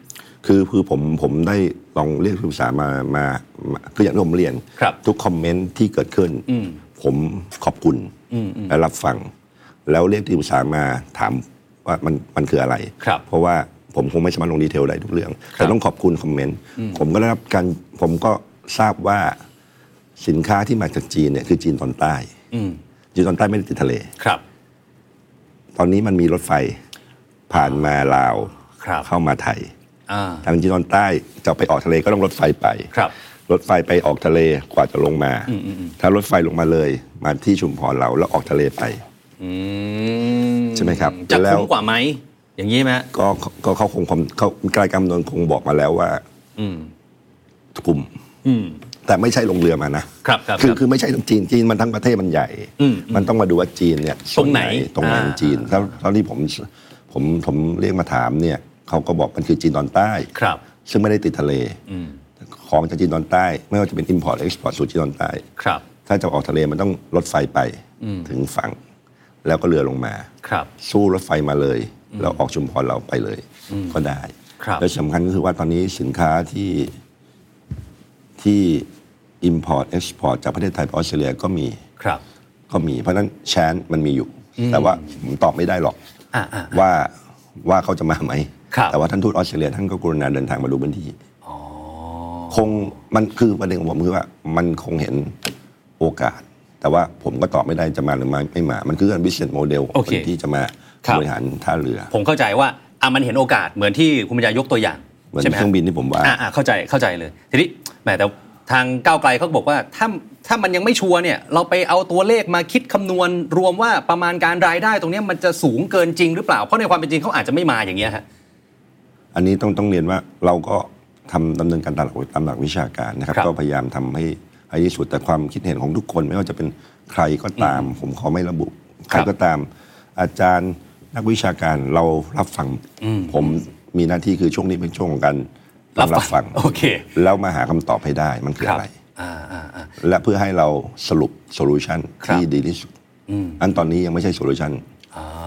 C: คือคือผมผมได้ลองเรียกที่ปรึกษามามามาคืออย่างที่ผมเรียน
B: ครับ
C: ทุกคอมเมนต์ที่เกิดขึ้น
B: อืม
C: ผมขอบคุณและรับฟัง แล้วเรียกที่ปรึกษามาถามว่ามันมันคืออะไร
B: ครับ
C: เพราะว่าผมคงไม่สามารถลงดีเทลได้ทุกเรื่อง
B: ครับ
C: แต่ต้องขอบคุณคอมเมนต์ผมก็ได้รับการผมก็ทราบว่าสินค้าที่มาจากจีนเนี่ยคือจีนตอนใต้
B: อืม
C: จีนตอนใต้ไม่ได้ติดทะเล
B: ครับ
C: ตอนนี้มันมีรถไฟผ่านมาลาว
B: ครับ
C: เข้ามาไทย
B: อ่า
C: ทางจีนตอนใต้จะไปออกทะเลก็ต้องรถไฟไป
B: ครับ
C: รถไฟไปออกทะเลกว่าจะลงมา ถ้ารถไฟลงมาเลย มาที่ชุมพรเราแล้วออกทะเลไป
B: อืม
C: ใช่ไหมครับ
B: จะ
C: แล้ว
B: คุ้มกว่าไหมอย่างนี้ไหมฮะ
C: ก็ก็เขาคงคำเขากายกำนนคงบอกมาแล้วว่า
B: อืม
C: กลุ่ม
B: อืม
C: แต่ไม่ใช่ลงเรือมานะครับ
B: ครับ
C: คือ
B: รับ
C: คือไม่ใช่จีนจีนมันทั้งประเทศมันใหญ่
B: อืม
C: มันต้องมาดูว่าจีนเนี่ย
B: ตรงไหน
C: ตรงไหน
B: อ่า
C: ของจีนแล้วเท่าที่ผมผมผมเรียกมาถามเนี่ยเขาก็บอกมันคือจีนตอนใต้
B: ครับ
C: ซึ่งไม่ได้ติดทะเล
B: อืม
C: ของจากจีนตอนใต้ ไม่ว่าจะเป็น Import หรือ Export สู่จีนตอนใต้
B: ครับ
C: ถ้าจะออกทะเลมันต้องรถไฟไปถึงฝั่ง แล้วก็เรือลงมา
B: ครับ
C: สู้รถไฟมาเลย เราออกชุมพรเราไปเลยก็ได้
B: ครับ
C: แล้วสำคัญก็คือว่าตอนนี้สินค้าที่ที่ Import Export จากประเทศไทยไปออสเตรเลียก็มี
B: ครับ
C: ก็มี เพราะฉะนั้นแชนมันมีอยู่ แต่ว่าผมตอบไม่ได้หรอก
B: อ่าอ่า
C: ว่าว่าเขาจะมาไหม
B: ครับ
C: แต่ว่าท่านทูตออสเตรเลียท่านก็กรุณาเดินทางมาดูพื้นที่คงมันคือประเด็นของผมคือว่ามันคงเห็นโอกาส แต่ว่าผมก็ตอบไม่ได้จะมาหรือไม่ไม่มา มันคือการ business model ของ
B: โอ
C: ค
B: เคน
C: ที่จะมา
B: ครับ
C: บริหารท่าเรือ
B: ผมเข้าใจว่าอ่ะมันเห็นโอกาสเหมือนที่คุณปัญญายกตัวอย่าง
C: เหมือน
B: ใช่ไหม
C: เครื่องบินที่ผมว่า
B: อ่าอ่าเข้าใจเข้าใจเลย ทีนี้แหมแต่ทางก้าวไกลเขาก็บอกว่าถ้าถ้ามันยังไม่ชัวร์เนี่ย เราไปเอาตัวเลขมาคิดคำนวณ รวมว่าประมาณการรายได้ตรงเนี้ยมันจะสูงเกินจริงหรือเปล่า เพราะในความเป็นจริงเขาอาจจะไม่มาอย่างเงี้ยฮะ
C: อันนี้ต้องต้องเรียนว่าเราก็ทำดำเนินการตามหลักตามหลักวิชาการนะครับ
B: ครับ
C: ก็พยายามทำให้ให้ที่สุดแต่ความคิดเห็นของทุกคน ไม่ว่าจะเป็นใครก็ตาม ผมขอไม่ระบุ
B: ค
C: ใค
B: รั
C: ร
B: บ
C: ก็ตาม อาจารย์นักวิชาการเรารับฟัง ผมมีหน้าที่คือช่วงนี้เป็นช่วงของการ
B: รับฟังโอเค
C: แล้วมาหาคำตอบให้ได้มันคืออะไร
B: อ่าอ่าอ่า
C: และเพื่อให้เราสรุปโซลูชัน
B: ครับ
C: ที่ดีที่สุดอันตอนนี้ยังไม่ใช่โซลูชัน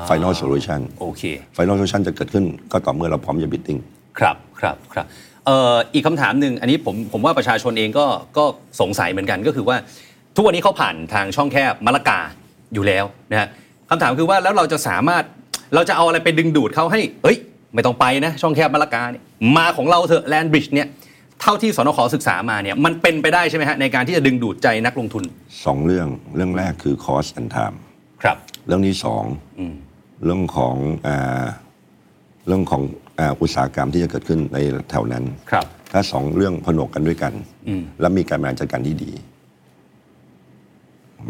C: ฟิแนลโซลูชัน
B: โอเค
C: ฟิแนลโซลูชันจะเกิดขึ้น ก็ต่อเมื่อเราพร้อมจะบิดดิ้ง
B: ครับครับครับเอ่ออีกคำถามหนึ่งอันนี้ผมผมว่าประชาชนเองก็ก็สงสัยเหมือนกันก็คือว่า ทุกวันนี้เขาผ่านทางช่องแคบมะละกาอยู่แล้วนะฮะคำถามคือว่าแล้วเราจะสามารถเราจะเอาอะไรไปดึงดูดเขาให้ เอ้ย ไม่ต้องไปนะ ช่องแคบมะละกาเนี่ยมาของเราเถอะแลนบริดจ์เนี่ยเท่าที่สนขศึกษามาเนี่ยมันเป็นไปได้ใช่ไหมฮะในการที่จะดึงดูดใจนักลงทุน
C: สองเรื่องเรื่องแรกคือ cost and time
B: ครับ
C: เรื่องที่สอง
B: อืม
C: เรื่องของอาเรื่องของอาอุตสาหกรรมที่จะเกิดขึ้นในแถวนั้น
B: ครับ
C: ถ้าสองเรื่องผนวกกันด้วยกัน
B: อืม
C: และมีการบริหารจัดการที่ดี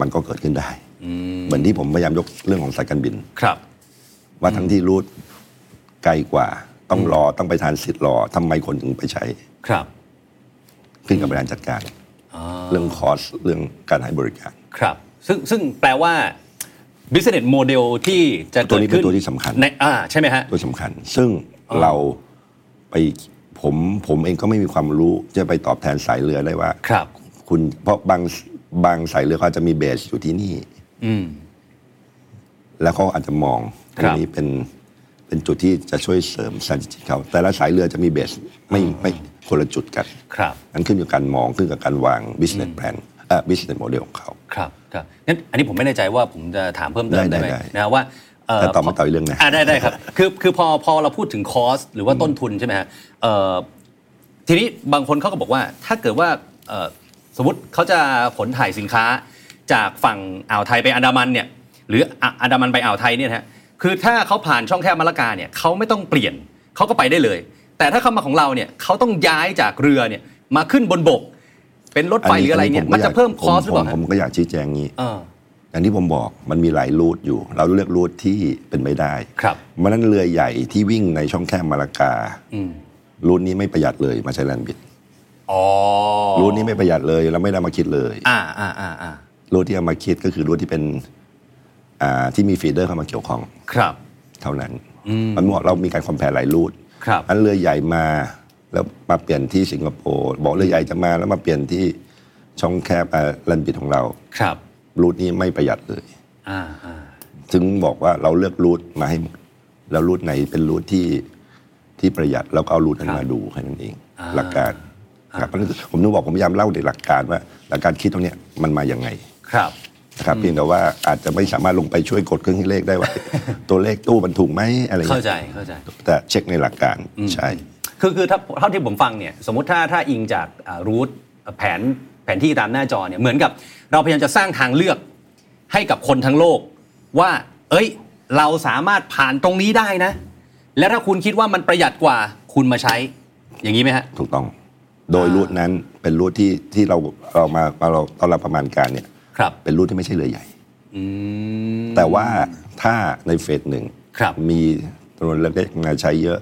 C: มันก็เกิดขึ้นได้ เหมือนที่ผมพยายามยกเรื่องของสายการบิน
B: ครับ
C: ว่าทั้งที่รูทไกลกว่า ต้องรอต้องไปทานสิทธิ์รอทำไมคนถึงไปใช้
B: ครับ
C: ขึ้นกับบริหารจัดการ เรื่องคอสเรื่องการให้บริการ
B: ครับ ซึ่งซึ่งแปลว่า business model ที่จะ
C: ตั
B: เกิ
C: ว
B: ด
C: นี้เป็
B: ขึ้น
C: นตัวที่สำคัญ
B: ในอ่าใช่ไหมฮะ
C: ตัวสำคัญ ซึ่งเราไปผมผมเองก็ไม่มีความรู้จะไปตอบแทนสายเรือได้ว่า
B: ครับ
C: คุณเพราะบางบางสายเรือเขาอาจจะมีเบสอยู่ที่นี่
B: อืม
C: แล้วเขาอาจจะมอง
B: ค
C: ต
B: รั
C: รง
B: บ
C: นี้เป็นเป็นจุดที่จะช่วยเสริมสารจิตเขา แต่ละสายเรือจะมีเบสไม่ไม่คนละจุดกัน
B: ครับ
C: นั้นขึ้นอยู่กับการมองขึ้นกับการวาง business plan เอ่อ business model ของเขา
B: ครับครับงั้นอันนี้ผมไม่แน่ใจว่าผมจะถามเพิ่มเติม
C: ได้
B: ได้ไหม
C: ได้ได้
B: นะว่าเ
C: แต่ตอบมาต่ออีกเรื่องนะ
B: อ่าได้ได้ครับ คือคือพอพอเราพูดถึงคอสหรือว่าต้นทุนใช่ไหมฮะเอ่อทีนี้บางคนเขาก็บอกว่า ถ้าเกิดว่าเอ่อสมมติเขาจะขนถ่ายสินค้าจากฝั่งอ่าวไทยไปอันดามันเนี่ยหรืออ่ะอันดามันไปอ่าวไทยเนี่ยนะฮะคือถ้าเขาผ่านช่องแคบมะละกาเนี่ยเขาไม่ต้องเปลี่ยนเขาก็ไปได้เลย แต่ถ้าเขามาของเราเนี่ยเขาต้องย้ายจากเรือเนี่ยมาขึ้นบนบก เป็นรถไฟหรืออะไรเนี่ย
C: ผก็
B: มันจะเพิ่มคอส
C: ยาก
B: หรือเปล่า
C: ผม
B: ฮะ
C: ผมผมก็อยากชี้แจงงี้
B: อ่า
C: อย่างที่ผมบอกมันมีหลายรูทอยู่ เราเลือกรูทที่เป็นไปได้
B: ครับ
C: เพราะฉะนั้นเรือใหญ่ที่วิ่งในช่องแคบมาลากา
B: อืม
C: รูทนี้ไม่ประหยัดเลยมาใช้แลนด์บิด
B: อ๋อ
C: รูทนี้ไม่ประหยัดเลยเราไม่ได้มาคิดเลย
B: อ่าอ่าอ่าอ่า
C: รูทที่เอามาคิดก็คือรูทที่เป็นอ่าที่มีฟีเดอร์เข้ามาเกี่ยวข้อง
B: ครับ
C: เท่านั้นมันเหมาะเรามีการคอม p พ r e หลายรูท
B: ครับ
C: อันเรือใหญ่มาแล้วมาเปลี่ยนที่สิงคโปร์บอกเรือใหญ่จะมาแล้วมาเปลี่ยนที่ช่องแคบอ่าแลนด์บิดของเรา
B: ครับ
C: รูทนี้ไม่ประหยัดเลย
B: อ่าอ่า
C: ถึงบอกว่าเราเลือกรูทมาให้หมดแล้วรูทไหนเป็นรูทที่ที่ประหยัดแล้วก็เอารูทนั้นมาดูแค่นั้นเอง หลักการครับเพราะฉะนั้นผมนึกบอกผมพยายามเล่าในหลักการว่า หลักการคิดตรงเนี้ยมันมาอย่างไง
B: ครับ
C: นะครับเพียงแต่ว่าอาจจะไม่สามารถลงไปช่วยกดเครื่องคิดเลขได้ ว่า ตัวเลขตู้มันถูกไหมอะไรอย่ง
B: เข้า
C: เงี้ย
B: ใจเข้าใจ
C: แต่เช็คในหลักการใช่
B: คือคือถ้าเท่าที่ผมฟังเนี่ยสมมติถ้าถ้าอิงจากรูทแผนแผนที่ตามหน้าจอเนี่ยเหมือนกับเราพยายามจะสร้างทางเลือกให้กับคนทั้งโลก ว่า เอ้ย เราสามารถผ่านตรงนี้ได้นะ และถ้าคุณคิดว่ามันประหยัดกว่าคุณมาใช้ อย่างนี้ไหมฮะ
C: ถูกต้อง โดยรูทนั้นเป็นรูทที่ที่เราเรามามาเราตอนเราประมาณการเนี่ย
B: ครับ
C: เป็นรูทที่ไม่ใช่เรือใหญ่
B: อืม
C: แต่ว่าถ้าในเฟสหนึ่ง
B: ครับ
C: มีจำนวนเล็กๆมาใช้เยอะ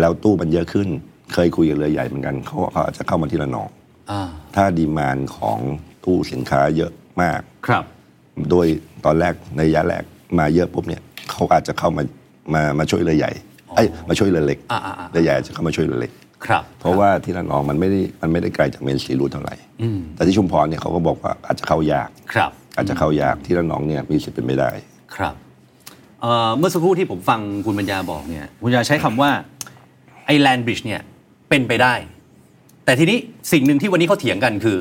C: แล้วตู้มันเยอะขึ้น เคยคุยกับเรือใหญ่เหมือนกันเขาเขาอาจจะเข้ามาที่ระนอง
B: อ่า
C: ถ้าดีมานของตู้สินค้าเยอะมาก
B: ครับ
C: โดยตอนแรกในระยะแรกมาเยอะปุ๊บเนี่ยเขาอาจจะเข้ามามามาช่วยเรือใหญ่ไอ้ยมาช่วยเรือเล็ก
B: อ่าอ่าอ่า
C: เรือใหญ่อาจจะเข้ามาช่วยเรือเล็ก
B: ครับ
C: เพราะว่าที่ระนองมันไม่ได้มันไม่ได้ไกลจากเมนซีรูทเท่าไหร่แต่ที่ชุมพรเนี่ยเขาก็บอกว่าอาจจะเข้ายาก
B: ครับ
C: อาจจะเข้ายากที่ระนองเนี่ยมีสิทธิ์เป็นไปได้
B: ครับเอ่อเมื่อสักครู่ที่ผมฟังคุณปัญญาบอกเนี่ยคุณปัญญาใช้คำว่าไอ้แลนบริดจ์เนี่ยเป็นไปได้ แต่ทีนี้สิ่งหนึ่งที่วันนี้เขาเถียงกันคือ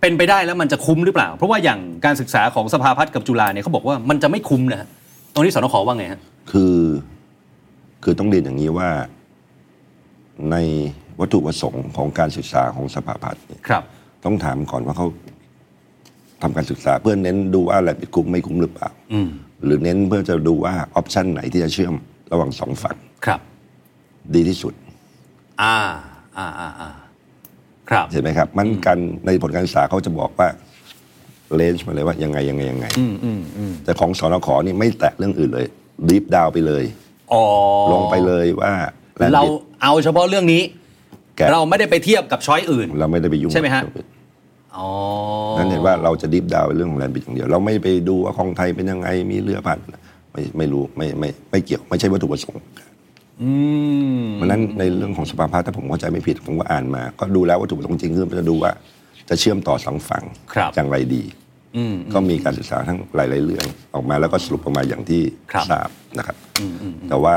B: เป็นไปได้แล้วมันจะคุ้มหรือเปล่า เพราะว่าอย่างการศึกษาของสภาพัฒน์กับจุฬาเนี่ยเขาบอกว่ามันจะไม่คุ้มนะฮะตรงนี้สนขว่าไงฮะ
C: คือคือต้องเรียนอย่างนี้ว่าในวัตถุประสงค์ของการศึกษาของสภาพัฒน์เนี่ย
B: ครับ
C: ต้องถามก่อนว่าเขาทำการศึกษาเพื่อเน้นดูว่าอะไรเป็นคุ้มไม่คุ้มหรือเปล่า
B: อืม
C: หรือเน้นเพื่อจะดูว่าออปชันไหนที่จะเชื่อมระหว่างสองฝั่ง
B: ครับ
C: ดีที่สุด
B: อ่าอ่าอ่าอ่าครับ
C: เห็นไหมครับ มันการในผลการศึกษาเขาจะบอกว่าเลนจ์มาเลยว่ายังไงยังไงยังไงแต่ของสอนขอนี่ไม่แตะเรื่องอื่นเลยดีฟดาวไปเลย
B: อ๋อ
C: ลงไปเลยว่าแลน
B: เรา
C: ดิด
B: เอาเฉพาะเรื่องนี้
C: แกะ
B: เราไม่ได้ไปเทียบกับช้อยอื่น
C: เราไม่ได้ไปยุ่ง
B: ใช่ไหมฮะ
C: กับ
B: อ๋อ
C: นั้นเห็นว่าเราจะดิฟดาวเรื่องของแลนด์บิดอย่างเดียว เราไม่ไปดูว่าของไทยเป็นยังไงมีเรือผ่านไม่ไม่รู้ไม่ไม่ไม่เกี่ยวไม่ใช่วัตถุประสงค์เพราะฉะนั้นในเรื่องของสภาพัฒน์ถ้าผมเข้าใจไม่ผิดผมก็อ่านมา ก็ดูแล้ววัตถุประสงค์จริงคือมันจะดูว่าจะเชื่อมต่อสองฝั่ง
B: ครับ
C: อย่างไรดีก็มีการศึกษาทั้งหลาย ๆ เรื่องออกมาแล้วก็สรุปออกมาอย่างที่ทราบนะครับแต่ว่า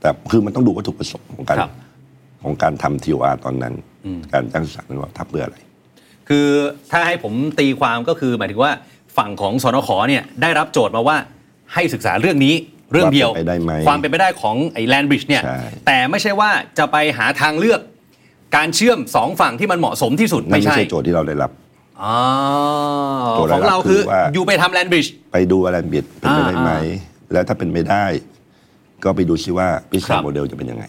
C: แต่คือมันต้องดูวัตถุประสงค์ของการ
B: ครับ
C: ของการทำทีโออาร์ตอนนั้น การจ้างศึกษานั้นว่าทำเพื่ออะไร
B: คือถ้าให้ผมตีความก็คือหมายถึงว่าฝั่งของสนขเนี่ยได้รับโจทย์มาว่าให้ศึกษาเรื่องนี้เรื่องเดียว
C: ความเป็นไปได้ไหม
B: ความเป็นไปได้ของไอ้แลนบริดจ์เนี่ย
C: ใช่
B: แต่ไม่ใช่ว่าจะไปหาทางเลือก การเชื่อมสองฝั่งที่มันเหมาะสมที่สุด
C: นั่น
B: ไม่
C: ไม่
B: ใช่
C: ใช่โจทย์ที่เราได้รับ
B: อ๋อ
C: โจทย์
B: ของเรา
C: หลักๆคื
B: คือ
C: อว่า
B: อยู่ไปทำแลนบริดจ์
C: ไปดูอะไรบิดเป็นไปได้ไหม
B: อ่า
C: แล้วถ้าเป็นไม่ได้ ก็ไปดูซิว่าพิซ
B: ครั
C: ซ่า
B: บ
C: โมเดลจะเป็นยังไง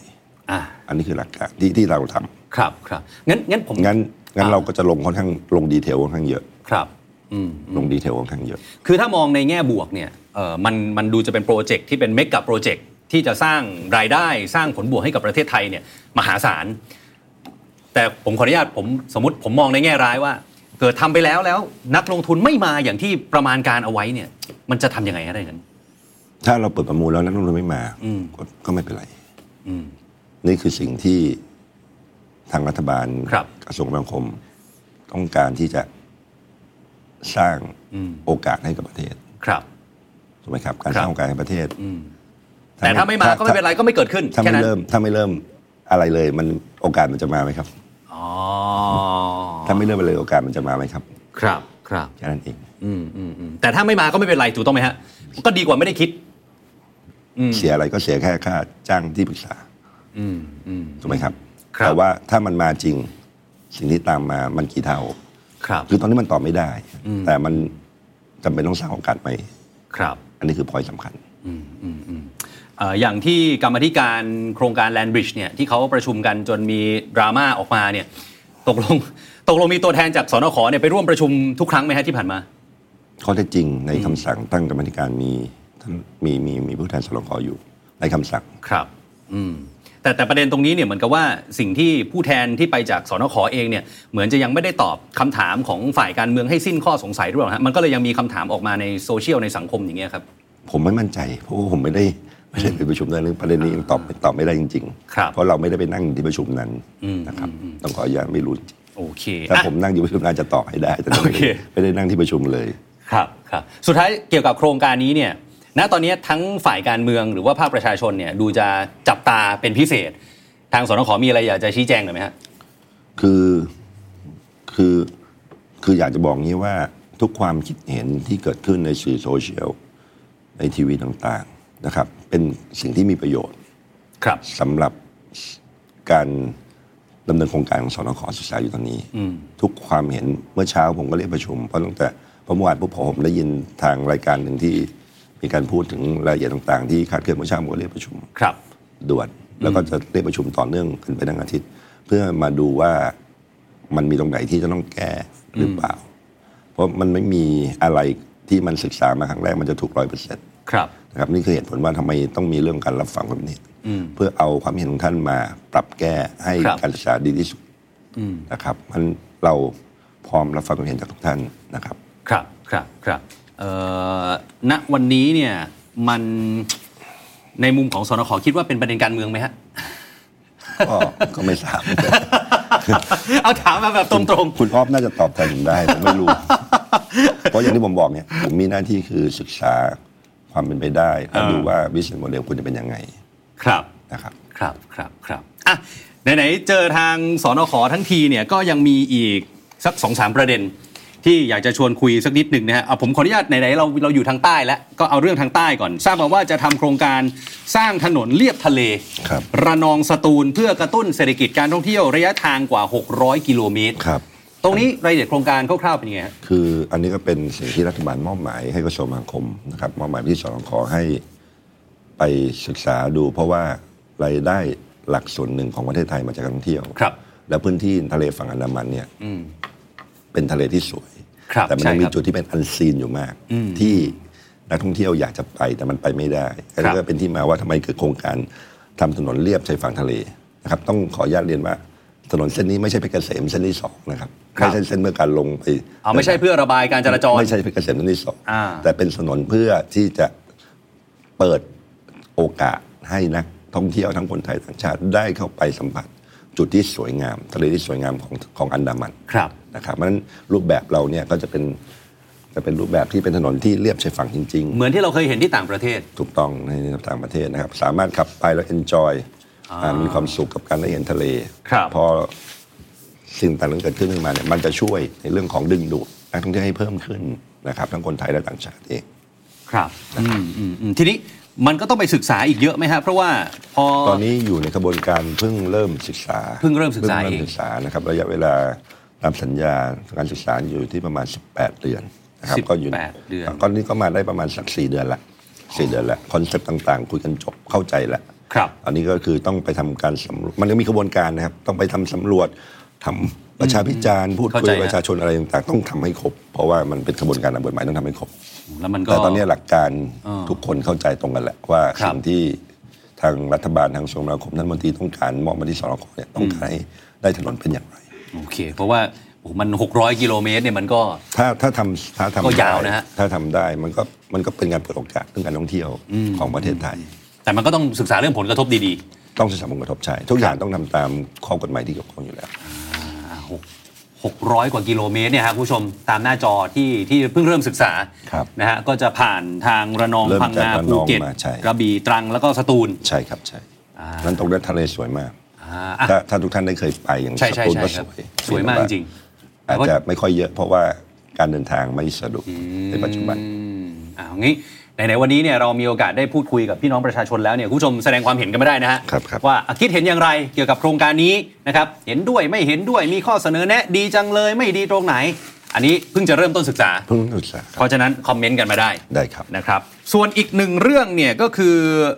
B: อ่า
C: อันนี้คือหลักการที่ที่เราทำ
B: ครับครับงั้นงั้นผม
C: งั้นงั้น
B: อ่ะ
C: เราก็จะลงค่อนข้างลงดีเทลค่อนข้างเยอะ
B: ครับอื
C: ลงดีเทลค่อนข้างเยอะ
B: คือถ้ามองในแง่บวกเนี่ยเอ่อมันมันดูจะเป็นโปรเจกต์ที่เป็นเมกะโปรเจกต์ที่จะสร้างรายได้สร้างผลบวกให้กับประเทศไทยเนี่ยมหาศาล แต่ผมขออนุญาตผมสมมติผมมองในแง่ร้ายว่า เกิดทำไปแล้วแล้วนักลงทุนไม่มาอย่างที่ประมาณการเอาไว้เนี่ย มันจะทำยังไงให้ได้เงิน
C: ถ้าเราเปิดประมูลแล้วนักลงทุนไม่มา
B: อืม
C: ก็ก็ไม่เป็นไร
B: อืม
C: นี่คือสิ่งที่ทางรัฐบาล
B: ครับ
C: กระทรวงคมนาคม ต้องการที่จะสร้าง
B: อืม
C: โอกาสให้กับประเทศ
B: ครับ
C: ถูกไหมครับ การ
B: ครั
C: ส
B: บ
C: ร้างโอกาสให้ประเทศ
B: อืมแต่ถ้าไม่มาก็ไม่เป็นไรก็ไม่เกิดขึ้น
C: ถ้า
B: แค่
C: ไม่
B: นั้น
C: เริ่ม ถ้าไม่เริ่มอะไรเลย มันโอกาสมันจะมาไหมครับ
B: อ๋อ
C: ถ้าไม่เริ่มอะไรเลยโอกาสมันจะมาไหมครับ
B: ครับครับ
C: แค่นั้นเอง
B: อืมอืมอืมแต่ถ้าไม่มาก็ไม่เป็นไรถูกต้องไหมฮะก็ดีกว่าไม่ได้คิด อืม
C: เสียอะไรก็เสียแค่ค่าจ้างที่ปรึกษา
B: อืมอืม
C: ถูกไหมครับ
B: ครับ
C: แต่ว่าถ้ามันมาจริง สิ่งที่ตามมามันกี่เท่า
B: ครับ
C: คือตอนนี้มันตอบไม่ได้
B: อืม
C: แต่มันจำเป็นต้องสร้างโอกาสใหม่
B: ครับ
C: อันนี้คือพอยสำคัญ
B: อืมอืมอืมเอ่ออย่างที่กรรมาธิการโครงการแลนบริดจ์เนี่ยที่เขาประชุมกันจนมีดราม่าออกมาเนี่ยตกลง ตกลงมีตัวแทนจากสนขเนี่ยไปร่วมประชุมทุกครั้งไหมฮะที่ผ่านมา
C: ข้อเท็จจริงในคำสั่งตั้งกรรมาธิการมีท่านมีมีมีผู้แทนสลงคออยู่ ในคำสั่ง
B: ครับอืมแต่แต่ประเด็นตรงนี้เนี่ยเหมือนกับว่าสิ่งที่ผู้แทนที่ไปจากสนขเองเนี่ยเหมือนจะยังไม่ได้ตอบคำถามของฝ่ายการเมืองให้สิ้นข้อสงสัยหรือเปล่าฮะมันก็เลยยังมีคำถามออกมาในโซเชียลในสังคมอย่างเงี้ยครับ
C: ผมไม่มั่นใจ เพราะว่าผมไม่ได้ไม่ได้ไปประชุมในเรื่องประเด็นนี้ยังตอบตอบไม่ได้จริง
B: ครับ
C: เพราะเราไม่ได้ไปนั่งที่ประชุมนั้น
B: อืม
C: นะครับ ต้องขออนุญาตไม่รู้จริง
B: โอเค
C: ถ้า
B: อ่ะ
C: ผมนั่งที่ประชุมน่าจะตอบให้ได้ แต่ไม่
B: โอ
C: ได้
B: เค
C: ไม่ได้นั่งที่ประชุมเลย
B: ครับครับสุดท้ายเกี่ยวกับโครงการนี้เนี่ยณตอนนี้ทั้งฝ่ายการเมืองหรือว่าภาคประชาชนเนี่ยดูจะจับตาเป็นพิเศษ ทางสนขมีอะไรอยากจะชี้แจงหน่อยไหมฮะ
C: คือคือคืออยากจะบอกงี้ว่าทุกความคิดเห็นที่เกิดขึ้นในสื่อโซเชียลในทีวีต่างๆนะครับ เป็นสิ่งที่มีประโยชน์
B: ครับ
C: สำหรับการดำเนินโครงการของสนขศึกษาอยู่ตอนนี้ ทุกความเห็นเมื่อเช้าผมก็เรียกประชุม เพราะตั้งแต่เพราะเมื่อวานพวกผมได้ยินทางรายการหนึ่งที่มีการพูดถึงรายละเอียดต่างๆ ที่คาดเคลื่อนเมื่อเช้าผมก็เรียกประชุม
B: ครับ
C: ด่วนแล้วก็จะเรียกประชุมต่อเนื่องกันไปทั้งอาทิตย์ เพื่อมาดูว่ามันมีตรงไหนที่จะต้องแก้หรือเปล่า เพราะมันไม่มีอะไรที่มันศึกษามาครั้งแรกมันจะถูกร้อยเปอร์เซ็นต์
B: ครับ
C: นะครับนี่คือเหตุผลว่าทำไมต้องมีเรื่องการรับฟังความเห็นเพื่อเอาความเห็นของท่านมาปรับแก้ให้
B: ครับ
C: การศึกษาดีที่สุดนะครับมันเราพร้อมรับฟังความเห็นจากทุกท่านนะครับ
B: ครับ ครับ ครับเอ่อณวันนี้เนี่ยมันในมุมของสนขคิดว่าเป็นประเด็นการเมืองไหมฮะ
C: ก็ก็ไม่ ทราบ
B: เอาถามมาแบบตรง
C: คุณออฟน่าจะตอบแทนผมได้ผม ไม่รู้ เพราะอย่างที่ผมบอกเนี่ยผมมีหน้าที่คือศึกษาความเป็นไปได้แล้วดูว่า business model คุณจะเป็นยังไง
B: ๆ ครับ
C: นะครับ
B: ครับครับครับอ่ะไหนๆเจอทางสอนอขอทั้งทีเนี่ยก็ยังมีอีกสักสองสามประเด็น ที่อยากจะชวนคุยสักนิดหนึ่งนะฮะเอาผมขออนุญาตไหนๆเราเราอยู่ทางใต้แล้วก็เอาเรื่องทางใต้ก่อน ทราบมาว่าจะทำโครงการสร้างถนนเลียบทะเล
C: ครับ
B: นองสตูลเพื่อกระตุ้นเศรษฐกิจการท่องเที่ยวระยะทางกว่า 600 กิโลเมตร
C: ครับ
B: ตรงนี้รายละเอียดโครงการคร่าวๆเป็นยังไงฮะ
C: คืออันนี้ก็เป็นสิ่งที่รัฐบาลมอบหมายให้กระทรวงมหาดไทยคมนะครับมอบหมายไปที่สองขอให้ไปศึกษาดู เพราะว่ารายได้หลักส่วนหนึ่งของประเทศไทยมาจากการท่องเที่ยว
B: ครับ
C: แล้วพื้นที่ทะเลฝั่งอันดามันเนี่ย
B: อืม
C: เป็นทะเลที่สวย
B: ครับ
C: แต่มัน
B: ใช่
C: ยัง
B: ค
C: มี
B: รับ
C: จุดที่เป็นอันซีนอยู่มาก ที่นักท่องเที่ยวอยากจะไปแต่มันไปไม่ได้อัน
B: ครั
C: นี้
B: บ
C: ก็เป็นที่มาว่าทำไมเกิดโครงการทำถนนเลียบชายฝั่งทะเลนะครับ ต้องขออนุญาตเรียนว่าถนนเส้นนี้ไม่ใช่เพชรเกษมเส้นที่สองนะครับไม่ใช่เส้นเพื่อการลงไป
B: เอาไม่ใช่เพื่อระบายการจราจร
C: ไม่ใช่เพชรเกษมเส้นที่สอง
B: อ่า
C: แต่เป็นถนนเพื่อที่จะเปิดโอกาสให้นักท่องเที่ยวทั้งคนไทยต่างชาติได้เข้าไปสัมผัส จุดที่สวยงามทะเลที่สวยงามของของอันดามัน
B: ครับ
C: นะครับเพราะฉะนั้นรูปแบบเราเนี่ยก็จะเป็นจะเป็นรูปแบบที่เป็นถนนที่เรียบชายฝั่งจริง
B: เหมือนที่เราเคยเห็นที่ต่างประเทศ
C: ๆ ถูกต้องในต่างประเทศนะครับ สามารถขับไปแล้ว enjoy อ่ามีความสุขกับการได้เห็นทะเล
B: ครับ
C: พอสิ่งต่างๆเกิดขึ้นขึ้นมาเนี่ยมันจะช่วยในเรื่องของดึงดูดนักท่องเที่ยวให้เพิ่มขึ้นนะครับทั้งคนไทยและต่างชาติเอง
B: ครับอืมอืมอืมทีนี้มันก็ต้องไปศึกษาอีกเยอะไหมฮะเพราะว่าพอ
C: ตอนนี้อยู่ในกระบวนการเพิ่งเริ่มศึกษา
B: เพิ่งเริ่มศึกษา
C: พิ่
B: เอง
C: เริ่มศึกษานะครับระยะเวลาตามสัญญาการศึกษาอยู่ที่ประมาณ 18 เดือนนะครับก็อยู่
B: 18เดือน
C: ก็นี้ก็มาได้ประมาณสักสี่เดือนละสี่เดือนละคอนเซปต์ต่างๆ คุยกันจบเข้าใจละ
B: ครับ
C: อันนี้ก็คือต้องไปทำการสำรวจมันก็มีกระบวนการนะครับ ต้องไปทำสำรวจ ทำประชาพิจารณ์พูดคุ
B: เข้าย ใจฮะ
C: กับประชาชนอะไรต่างๆต้องทำให้ครบ เพราะว่ามันเป็นกระบวนการตามกฎหมายต้องทำให้ครบ
B: แล้วมันก็
C: แต่ตอนนี้หลักการ
B: อ่า
C: ทุกคนเข้าใจตรงกันแหละว่า
B: ครับ
C: สิ่งที่ทางรัฐบาลทางกระทรวงมนาคมท่านมนตรีต้องการมอบมาที่สรคเนี่ยต้องการให้ได้ถนนเป็นอย่างไร
B: โอเค เพราะว่าโอ้โหมัน 600 กิโลเมตรเนี่ยมันก็
C: ถ้าถ้าทำถ้าทำ
B: ก็ยาวนะ
C: ได้
B: ฮะ
C: ถ้าทำได้มันก็มันก็เป็นการเปิดโอกาสเรื่องการท่องเที่ยวของประเทศไทย
B: แต่มันก็ต้องศึกษาเรื่องผลกระทบดี
C: ต้องศึกษาผลกระทบใช่ทุกอย่างต้องทำตามข้อกฎหมายที่เกี่ยวข้องอยู่แล้ว
B: ๆอ่าหก600 กว่ากิโลเมตรเนี่ยฮะคุณผู้ชมตามหน้าจอที่ที่เพิ่งเริ่มศึกษา
C: ครับ
B: นะฮะก็จะผ่านทางระนอง
C: เริ่ม
B: พัง
C: จาก
B: งา
C: ระนอง
B: ภูเก็ต
C: มาใช่
B: กระบี่ตรังแล้วก็สตูล
C: ใช่ครับใช่
B: อ่า
C: นั้นตรงนั้นทะเลสวยมาก
B: อ่าอ่ะ
C: ถ้าถ้าทุกท่านได้เคยไปอย่าง
B: ใช่ใช่
C: สตูล
B: ใช่
C: ก็
B: ค
C: ส
B: รับ
C: วย
B: สวยมากจริง
C: อาจจะไม่ค่อยเยอะเพราะว่าการเดินทางไม่สะดวกในปัจจุบัน
B: อืมอ่างี้ไหนๆวันนี้เนี่ยเรามีโอกาสได้พูดคุยกับพี่น้องประชาชนแล้วเนี่ยคุณผู้ชมแสดงความเห็นกันไม่ได้นะฮะ
C: ครับครับ
B: ว่าอ่ะคิดเห็นอย่างไรเกี่ยวกับโครงการนี้นะครับเห็นด้วยไม่เห็นด้วยมีข้อเสนอแนะดีจังเลยไม่ดีตรงไหน อันนี้เพิ่งจะเริ่มต้นศึกษา
C: เพิ่งศึกษาค
B: เพ
C: รับ
B: ราะฉะนั้นคอมเมนต์กันมาได้
C: ได้ครับ
B: นะครับ ส่วนอีกหนึ่งเรื่องเนี่ยก็คือ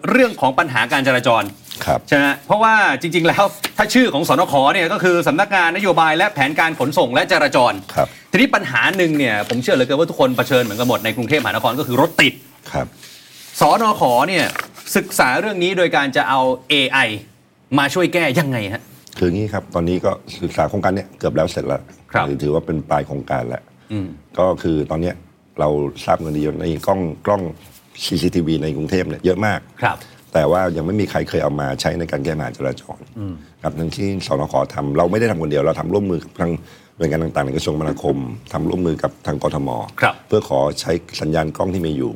B: เรื่องของปัญหาการจราจร
C: ครับ
B: ใช่ไหมเพราะว่าจริง ๆ แล้ว ถ้าชื่อของสนคเนี่ยก็คือสำนักงานนโยบายและแผนการขนส่งและจราจร
C: ครับ
B: ทีนี้ปัญหาหนึ่งเนี่ยผมเชื่อเหลยเกินว่าทุกคนเผชิญเหมือนกันหมดในกรุงเทพมหานครก็คือรถติด
C: ครับ
B: สนคเนี่ยศึกษาเรื่องนี้โดยการจะเอา AI มาช่วยแก้ยังไงฮะ
C: คืออย่างนี้ครับ ตอนนี้ก็ศึกษาโครงการเนี้ยเกือบแล้วเสร็จแล้ว
B: ครับ
C: หอถือว่าเป็นปลายโครงการแล้วก็คือตอนเนี้ยเราทราบกันดีว่าในกล้องกล้อง CCTV ในกรุงเทพเนี่ยเยอะมาก
B: ครับ
C: แต่ว่ายังไม่มีใครเคยเอามาใช้ในการแก้ปัญหาจราจรครับทั้งที่สนขทำเราไม่ได้ทำคนเดียวเราทำร่วมมือกับทางหน่วยงานต่างๆในกระทรวงคมนาคมทำร่วมมือกับทางกทม
B: ครับ
C: เพื่อขอใช้สัญญาณกล้องที่มีอยู่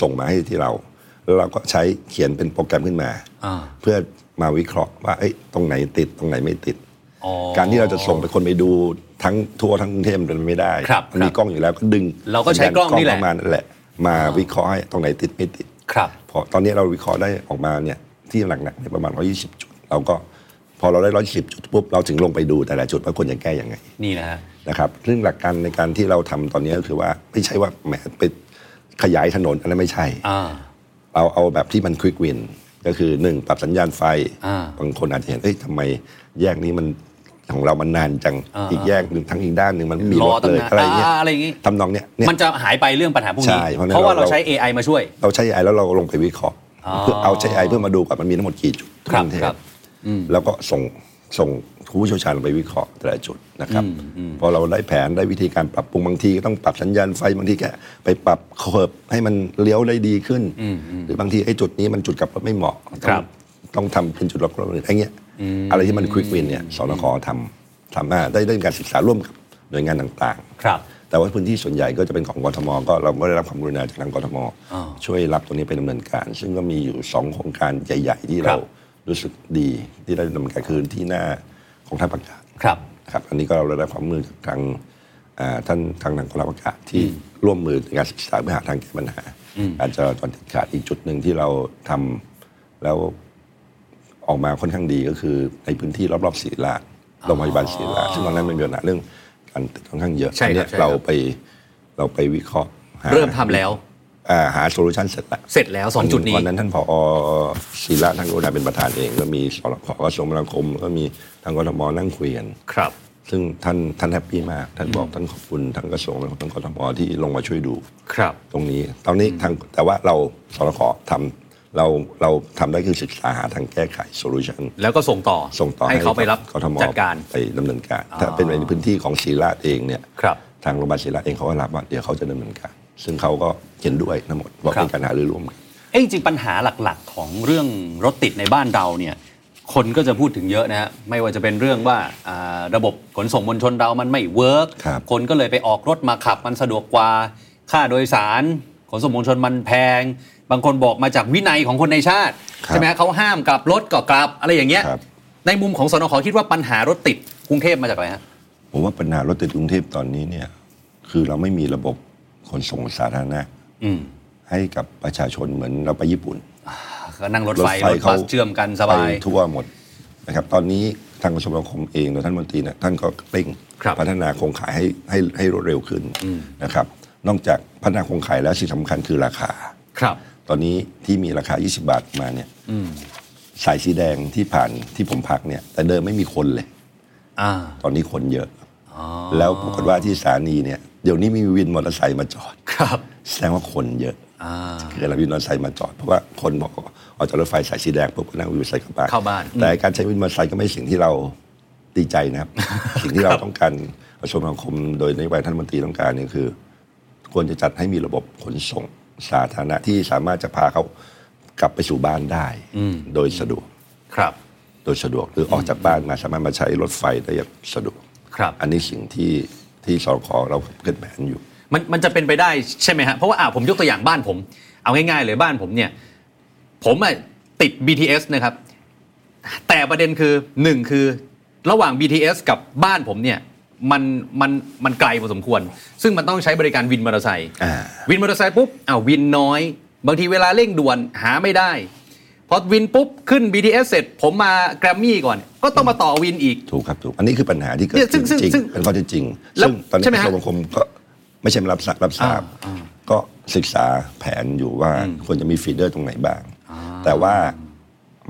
C: ส่งมาให้ที่เรา แล้วเราก็ใช้เขียนเป็นโปรแกรมขึ้นมา
B: อ่า
C: เพื่อมาวิเคราะห์ว่าเอ้ยตรงไหนติดตรงไหนไม่ติด
B: อ๋อ
C: การที่เราจะส่งไปคนไปดูทั้งทั่วทั้งกรุงเทพมันไม่ได้
B: ครับ
C: มันมีกล้องอยู่แล้วก็ดึง
B: เราก็ใช้กล้องนี่แหละ
C: สัญญาณเข้ามานั่นแหละ มาวิเคราะห์ให้ตรงไหนติดไม่ติด
B: ครับ
C: พอตอนนี้เราวิเคราะห์ได้ออกมาเนี่ยที่หนักๆเนี่ยประมาณ 120 จุด เราก็พอเราได้ 120 จุดปุ๊บเราถึงลงไปดูแต่ละจุดว่าควรจะแก้ยังไง
B: นี่นะฮะ
C: นะครับซึ่งหลักการในการที่เราทำตอนนี้ก็คือว่าไม่ใช่ว่าแหมไปขยายถนนอันนั้นไม่ใช่
B: อ่า
C: เราเอาแบบที่มันควิกวินก็คือ 1 ปรับสัญญาณไฟ
B: อ่า
C: บางคนอาจจะเห็นเอ้ยทำไมแยกนี้มันของเรามันนานจัง
B: อ่า
C: อีกแยกหนึ่งทั้งอีกด้านหนึ่งมันไม่มี
B: ร
C: ร
B: อ
C: ถเลย
B: ตำนาน
C: อะไรเงี้ย
B: อ่าอะไรอย่างงี้
C: ทำนองเนี้ยเนี่ย
B: มันจะหายไปเรื่องปัญหาพวกนี้
C: ใช่เพราะฉะนั้น
B: เพราะว่าเรา
C: เรา
B: ใช้ AI มาช่วย
C: เราใช้ AI แล้วเราลงไปวิเคราะห์
B: อ๋อ
C: เพื่อเอาใช้ AI เพื่อมาดูก่อนมันมีทั้งหมดกี่จุดทั่ว
B: ครับ
C: กรุงเทพ
B: ครับ
C: แล้วก็ส่งส่งผู้เชี่ยวชาญลงไปวิเคราะห์แต่ละจุดนะครับพอเราได้แผนได้วิธีการปรับปรุงบางทีก็ต้องปรับสัญญาณไฟบางทีแกไปปรับเคิร์บให้มันเลี้ยวได้ดีขึ้น หรือบางทีไอ้จุดนี้มันจุดกลับรถไม่เหมาะต้อง
B: ครับ
C: ต้องทำเป็นจุดกลับรถอะไรอย่างเงี้ยอะไรที่มันควิกวินเนี่ยสนคทำทำมาได้ได้มีการศึกษาร่วมกับหน่วยงานต่างๆ
B: ครับ
C: แต่ว่าพื้นที่ส่วนใหญ่ก็จะเป็นของกทมก็เราก็ได้รับความกรุณาจากทางกทม
B: อ่า
C: ช่วยรับตรงนี้ไปดำเนินการ ซึ่งก็มีอยู่ 2 โครงการใหญ่ ๆ ที่
B: ครั
C: เรา
B: บ
C: รู้สึกดีที่ได้ดำเนินการคือที่หน้ากองทัพอากาศ
B: ครับ
C: ครับอันนี้ก็เราได้รับความมือกับทางอ่าท่านทางทางกองทัพอากาศที่ร่วมมือในการศึกษาเพื่อหาทางแก้ปัญหาการจราจรติดขัดอีกจุดหนึ่งที่เราทำแล้วออกมาค่อนข้างดีก็คือในพื้นที่รอบๆศรีราชโรงพยาบาลศรีราชซึ่งตอนนั้นมันมีปัญหาเรื่องการติดค่อนข้างเยอะ
B: ใช่ครับ
C: อันเนี้ย
B: ใช่ครับ
C: เราไปเราไปวิเคราะห์หา
B: เริ่มทำแล้ว
C: อ่าหาโซลูชันเสร็จแล้ว
B: เสร็จแล้วสองจุดนี้
C: วันนั้นท่านผอศิระท่านกรุณาเป็นประธานเอง ก็มีสรพกระทรวงคมนาคมแล้วก็มีทางกทมนั่งคุยกัน
B: ครับ
C: ซึ่งท่านท่านแฮปปี้มาก ท่านบอกท่านขอบคุณทั้งกระทรวงและทั้งกทมที่ลงมาช่วยดู
B: ครับ
C: ตรงนี้ ตอนนี้ทางแต่ว่าเราสรพทำเราเราทำได้คือศึกษาหาทางแก้ไขโซลูชัน
B: แล้วก็ส่งต่อ
C: ส่งต่อ
B: ให้เขาไปรับ
C: กทม
B: จัดการ
C: ไปดำเนินการ ถ้าเป็นในพื้นที่ของศรีราชเองเนี่ย
B: ครับ
C: ทางโรงพยาบาลศรีราชเองเขาก็รับว่าเดี๋ยวเขาจะดำเนินการ ซึ่งเขาก็เห็นด้วยทั้งหมดว่า
B: ครับ
C: เป็นการหารือร่วมกัน
B: เอ้ยจริงๆปัญหาหลักๆ ของเรื่องรถติดในบ้านเราเนี่ยคนก็จะพูดถึงเยอะนะฮะไม่ว่าจะเป็นเรื่องว่าอ่าระบบขนส่งมวลชนเรามันไม่เวิร์ก
C: ครับ
B: คนก็เลยไปออกรถมาขับมันสะดวกกว่า ค่าโดยสารขนส่งมวลชนมันแพง บางคนบอกมาจากวินัยของคนในชาติ ใช่ไหมฮะเขาห้ามกลับรถก็กลับอะไรอย่างเงี้ย
C: ครับ
B: ในมุมของสนขคิดว่าปัญหารถติดกรุงเทพมาจากอะไรฮะ
C: ผมว่าปัญหารถติดกรุงเทพตอนนี้เนี่ยคือเราไม่มีระบบขนส่งสาธารณะ
B: อืม
C: ให้กับประชาชนเหมือนเราไปญี่ปุ่น
B: ก็นั่งรถไฟรถบัสเชื่อมกันสบาย
C: ไปทั่วหมดนะครับตอนนี้ทางกระทรวงคมนาคมเองโดยท่านมนตรีเนี่ยท่านก็เร่ง
B: ครับ
C: พัฒนาโครงข่ายให้ให้ให้รวดเร็วขึ้นนะครับนอกจากพัฒนาโครงข่ายแล้วสิ่งสำคัญคือราคา
B: ครับ
C: ตอนนี้ที่มีราคา 20 บาทมาเนี่ยสายสีแดงที่ผ่านที่ผมพักเนี่ยแต่เดิมไม่มีคนเลย
B: อ่า
C: ตอนนี้คนเยอะ แล้วปรากฏว่าที่สถานีเนี่ยเดี๋ยวนี้มีวินมอเตอร์ไซค์มาจอด
B: ครับ
C: แสดงว่าคนเยอะ
B: อ่า
C: คือเราวินมอเตอร์ไซค์มาจอด เพราะว่าคนบอกว่าออกจากรถไฟสายสีแดงปุ๊บก็นั่งวินมอเตอร์ไซค์เข้าบ้าน
B: เข้าบ้าน
C: แต่การใช้วินมอเตอร์ไซค์ก็ไม่ใช่สิ่งที่เราดีใจนะครับ สิ่งที่เราต้องการกระทรวงคมนาคม โดยนโยบายท่านรัฐมนตรีต้องการเนี่ยคือ ควรจะจัดให้มีระบบขนส่งสาธารณะที่สามารถจะพาเขากลับไปสู่บ้านได้โดยสะดวก
B: ครับ
C: โดยสะดวกหรือออกจากบ้านมาสามารถมาใช้รถไฟได้อย่างสะดวก
B: ครับ
C: อันนี้สิ่งที่ที่สคเราเกิดแผนอยู่
B: มันมันจะเป็นไปได้ใช่ไหมฮะเพราะว่าอ่าผมยกตัวอย่างบ้านผม เอาง่ายๆเลยบ้านผมเนี่ย ผมอะติด BTS นะครับ แต่ประเด็นคือหนึ่งคือระหว่าง BTS กับบ้านผมเนี่ยมันมันมันไกลพอสมควร ซึ่งมันต้องใช้บริการวินมอเตอร์ไซค์
C: อ่า
B: วินมอเตอร์ไซค์ปุ๊บอ้าววินน้อย บางทีเวลาเร่งด่วนหาไม่ได้พอวินปุ๊บขึ้น BTS เสร็จ ผมมาแกรมมี่ก่อน ก็ต้องมาต่อวินอีก
C: ถูกครับถูกอันนี้คือปัญหาที่เกิด
B: เนี่ยซึ่
C: ขึ้
B: ง
C: น
B: ซึ่ง
C: จริง
B: ซึ่ง
C: เป็นข้อเท็จจริง
B: แล้ว
C: ซึ่งตอนนี้
B: ใช่ไหม
C: ก
B: ฮะ
C: ระทรวงคมนาคมก็ไม่ใช่มารับสักรับทราบ
B: อ่าอ่า
C: ก็ศึกษาแผนอยู่ว่าควรจะมีฟีเดอร์ตรงไหนบ้าง แต่ว่า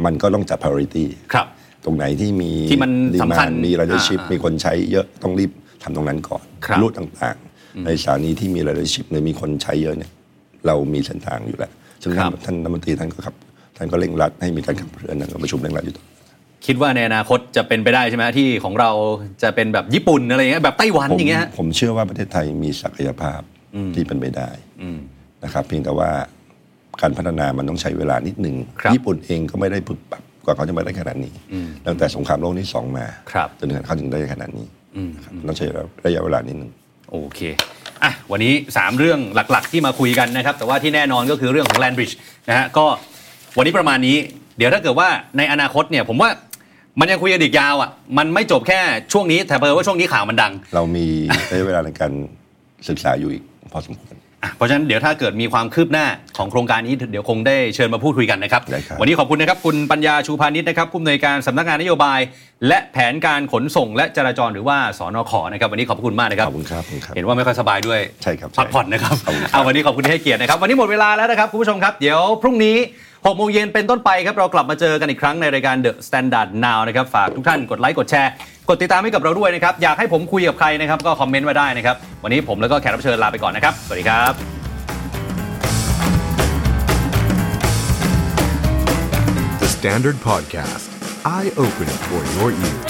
C: มันก็ต้องจัด priority
B: ครับ
C: ตรงไหนที่มี
B: ที่มันสำคัญ
C: ดีมานด์มีรายได้ชิพ
B: อ่ามี
C: มีคนใช้เยอะต้องรีบทำตรงนั้นก่อน
B: ครับ
C: รูทต่างๆ ในสถานีที่มีรายได้ชิพหรือมีคนใช้เยอะเนี่ยเรามีเส้นทางอยู่แล้วซึ่ง
B: ครั
C: ท่า
B: บ
C: นท่านรัฐมนตรีท่านก็ขับท่านก็เร่งรัดให้มีการขับเคลื่อนนะครับประชุมเร่งรัดอยู่ตลอด
B: คิดว่าในอนาคตจะเป็นไปได้ใช่ไหมที่ของเราจะเป็นแบบญี่ปุ่นอะไรอย่างเงี้ยแบบไต้หวัน
C: ผม
B: อย่างเงี้ยฮะ
C: ผมเชื่อว่าประเทศไทยมีศักยภาพที่เป็นไปได้นะครับ เพียงแต่ว่าการพัฒนามันต้องใช้เวลานิดหนึ่ง
B: ครับ
C: ญี่ปุ่นเองก็ไม่ได้ปึบปับกว่าเขาจะมาได้ขนาดนี้ ตั้งแต่สงครามโลกที่สองมา
B: ครับ
C: จนถึงเขาถึงได้ขนาดนี้นะครับต้องใช้ระยะเวลานิดหนึ่ง
B: โอเคอ่ะวันนี้ 3 เรื่องหลักๆ ที่มาคุยกันนะครับ แต่ว่าที่แน่นอนก็คือเรื่องของ Land Bridge นะฮะก็วันนี้ประมาณนี้ เดี๋ยวถ้าเกิดว่าในอนาคตเนี่ยผมว่ามันยังคุยกันอีกยาวอ่ะมันไม่จบแค่ช่วงนี้แต่เพิ่ว่าช่วงนี้ข่าวมันดัง
C: เรามี ระยะเวลาในการศึกษาอยู่อีกพอสมควร
B: อ่ะเพราะฉะนั้นเดี๋ยวถ้าเกิดมีความคืบหน้าของโครงการนี้เดี๋ยวคงได้เชิญมาพูดคุยกันนะครับ
C: ได้ครับ
B: วันนี้ขอบคุณนะครับคุณปัญญาชูพานิชนะครับผู้อำนวยการสำนักงานนโยบาย และแผนการขนส่ง และจราจรหรือว่าสนขนะครับวันนี้ขอบคุณมากนะครับ
C: ขอบคุณครับขอบคุณครับ
B: เห็นว่าไม่ค่อยสบายด้วย
C: ใช่ครับ
B: พักผ่อนนะครับ
C: ขอบคุณครับ
B: เอาวันนี้ขอบคุณที่ให้เกียรตินะครับ วันนี้หมดเวลาแล้วนะครับ คุณผู้ชมครับ เดี๋ยวพรุ่งนี้6โมงเย็นเป็นต้นไปครับ เรากลับมาเจอกันอีกครั้งในรายการ The Standard Now นะครับ ฝากทุกท่านกดไลค์ กดแชร์ กดติดตามให้กับเราด้วยนะครับ อยากให้ผมคุยกับใครนะครับ ก็คอมเมนต์มาได้นะครับ วันนี้ผมแล้วก็แขกรับเชิญลาไปก่อนนะครับ สวัสดีครับ
A: The Standard Podcast. Eye opening for your ears.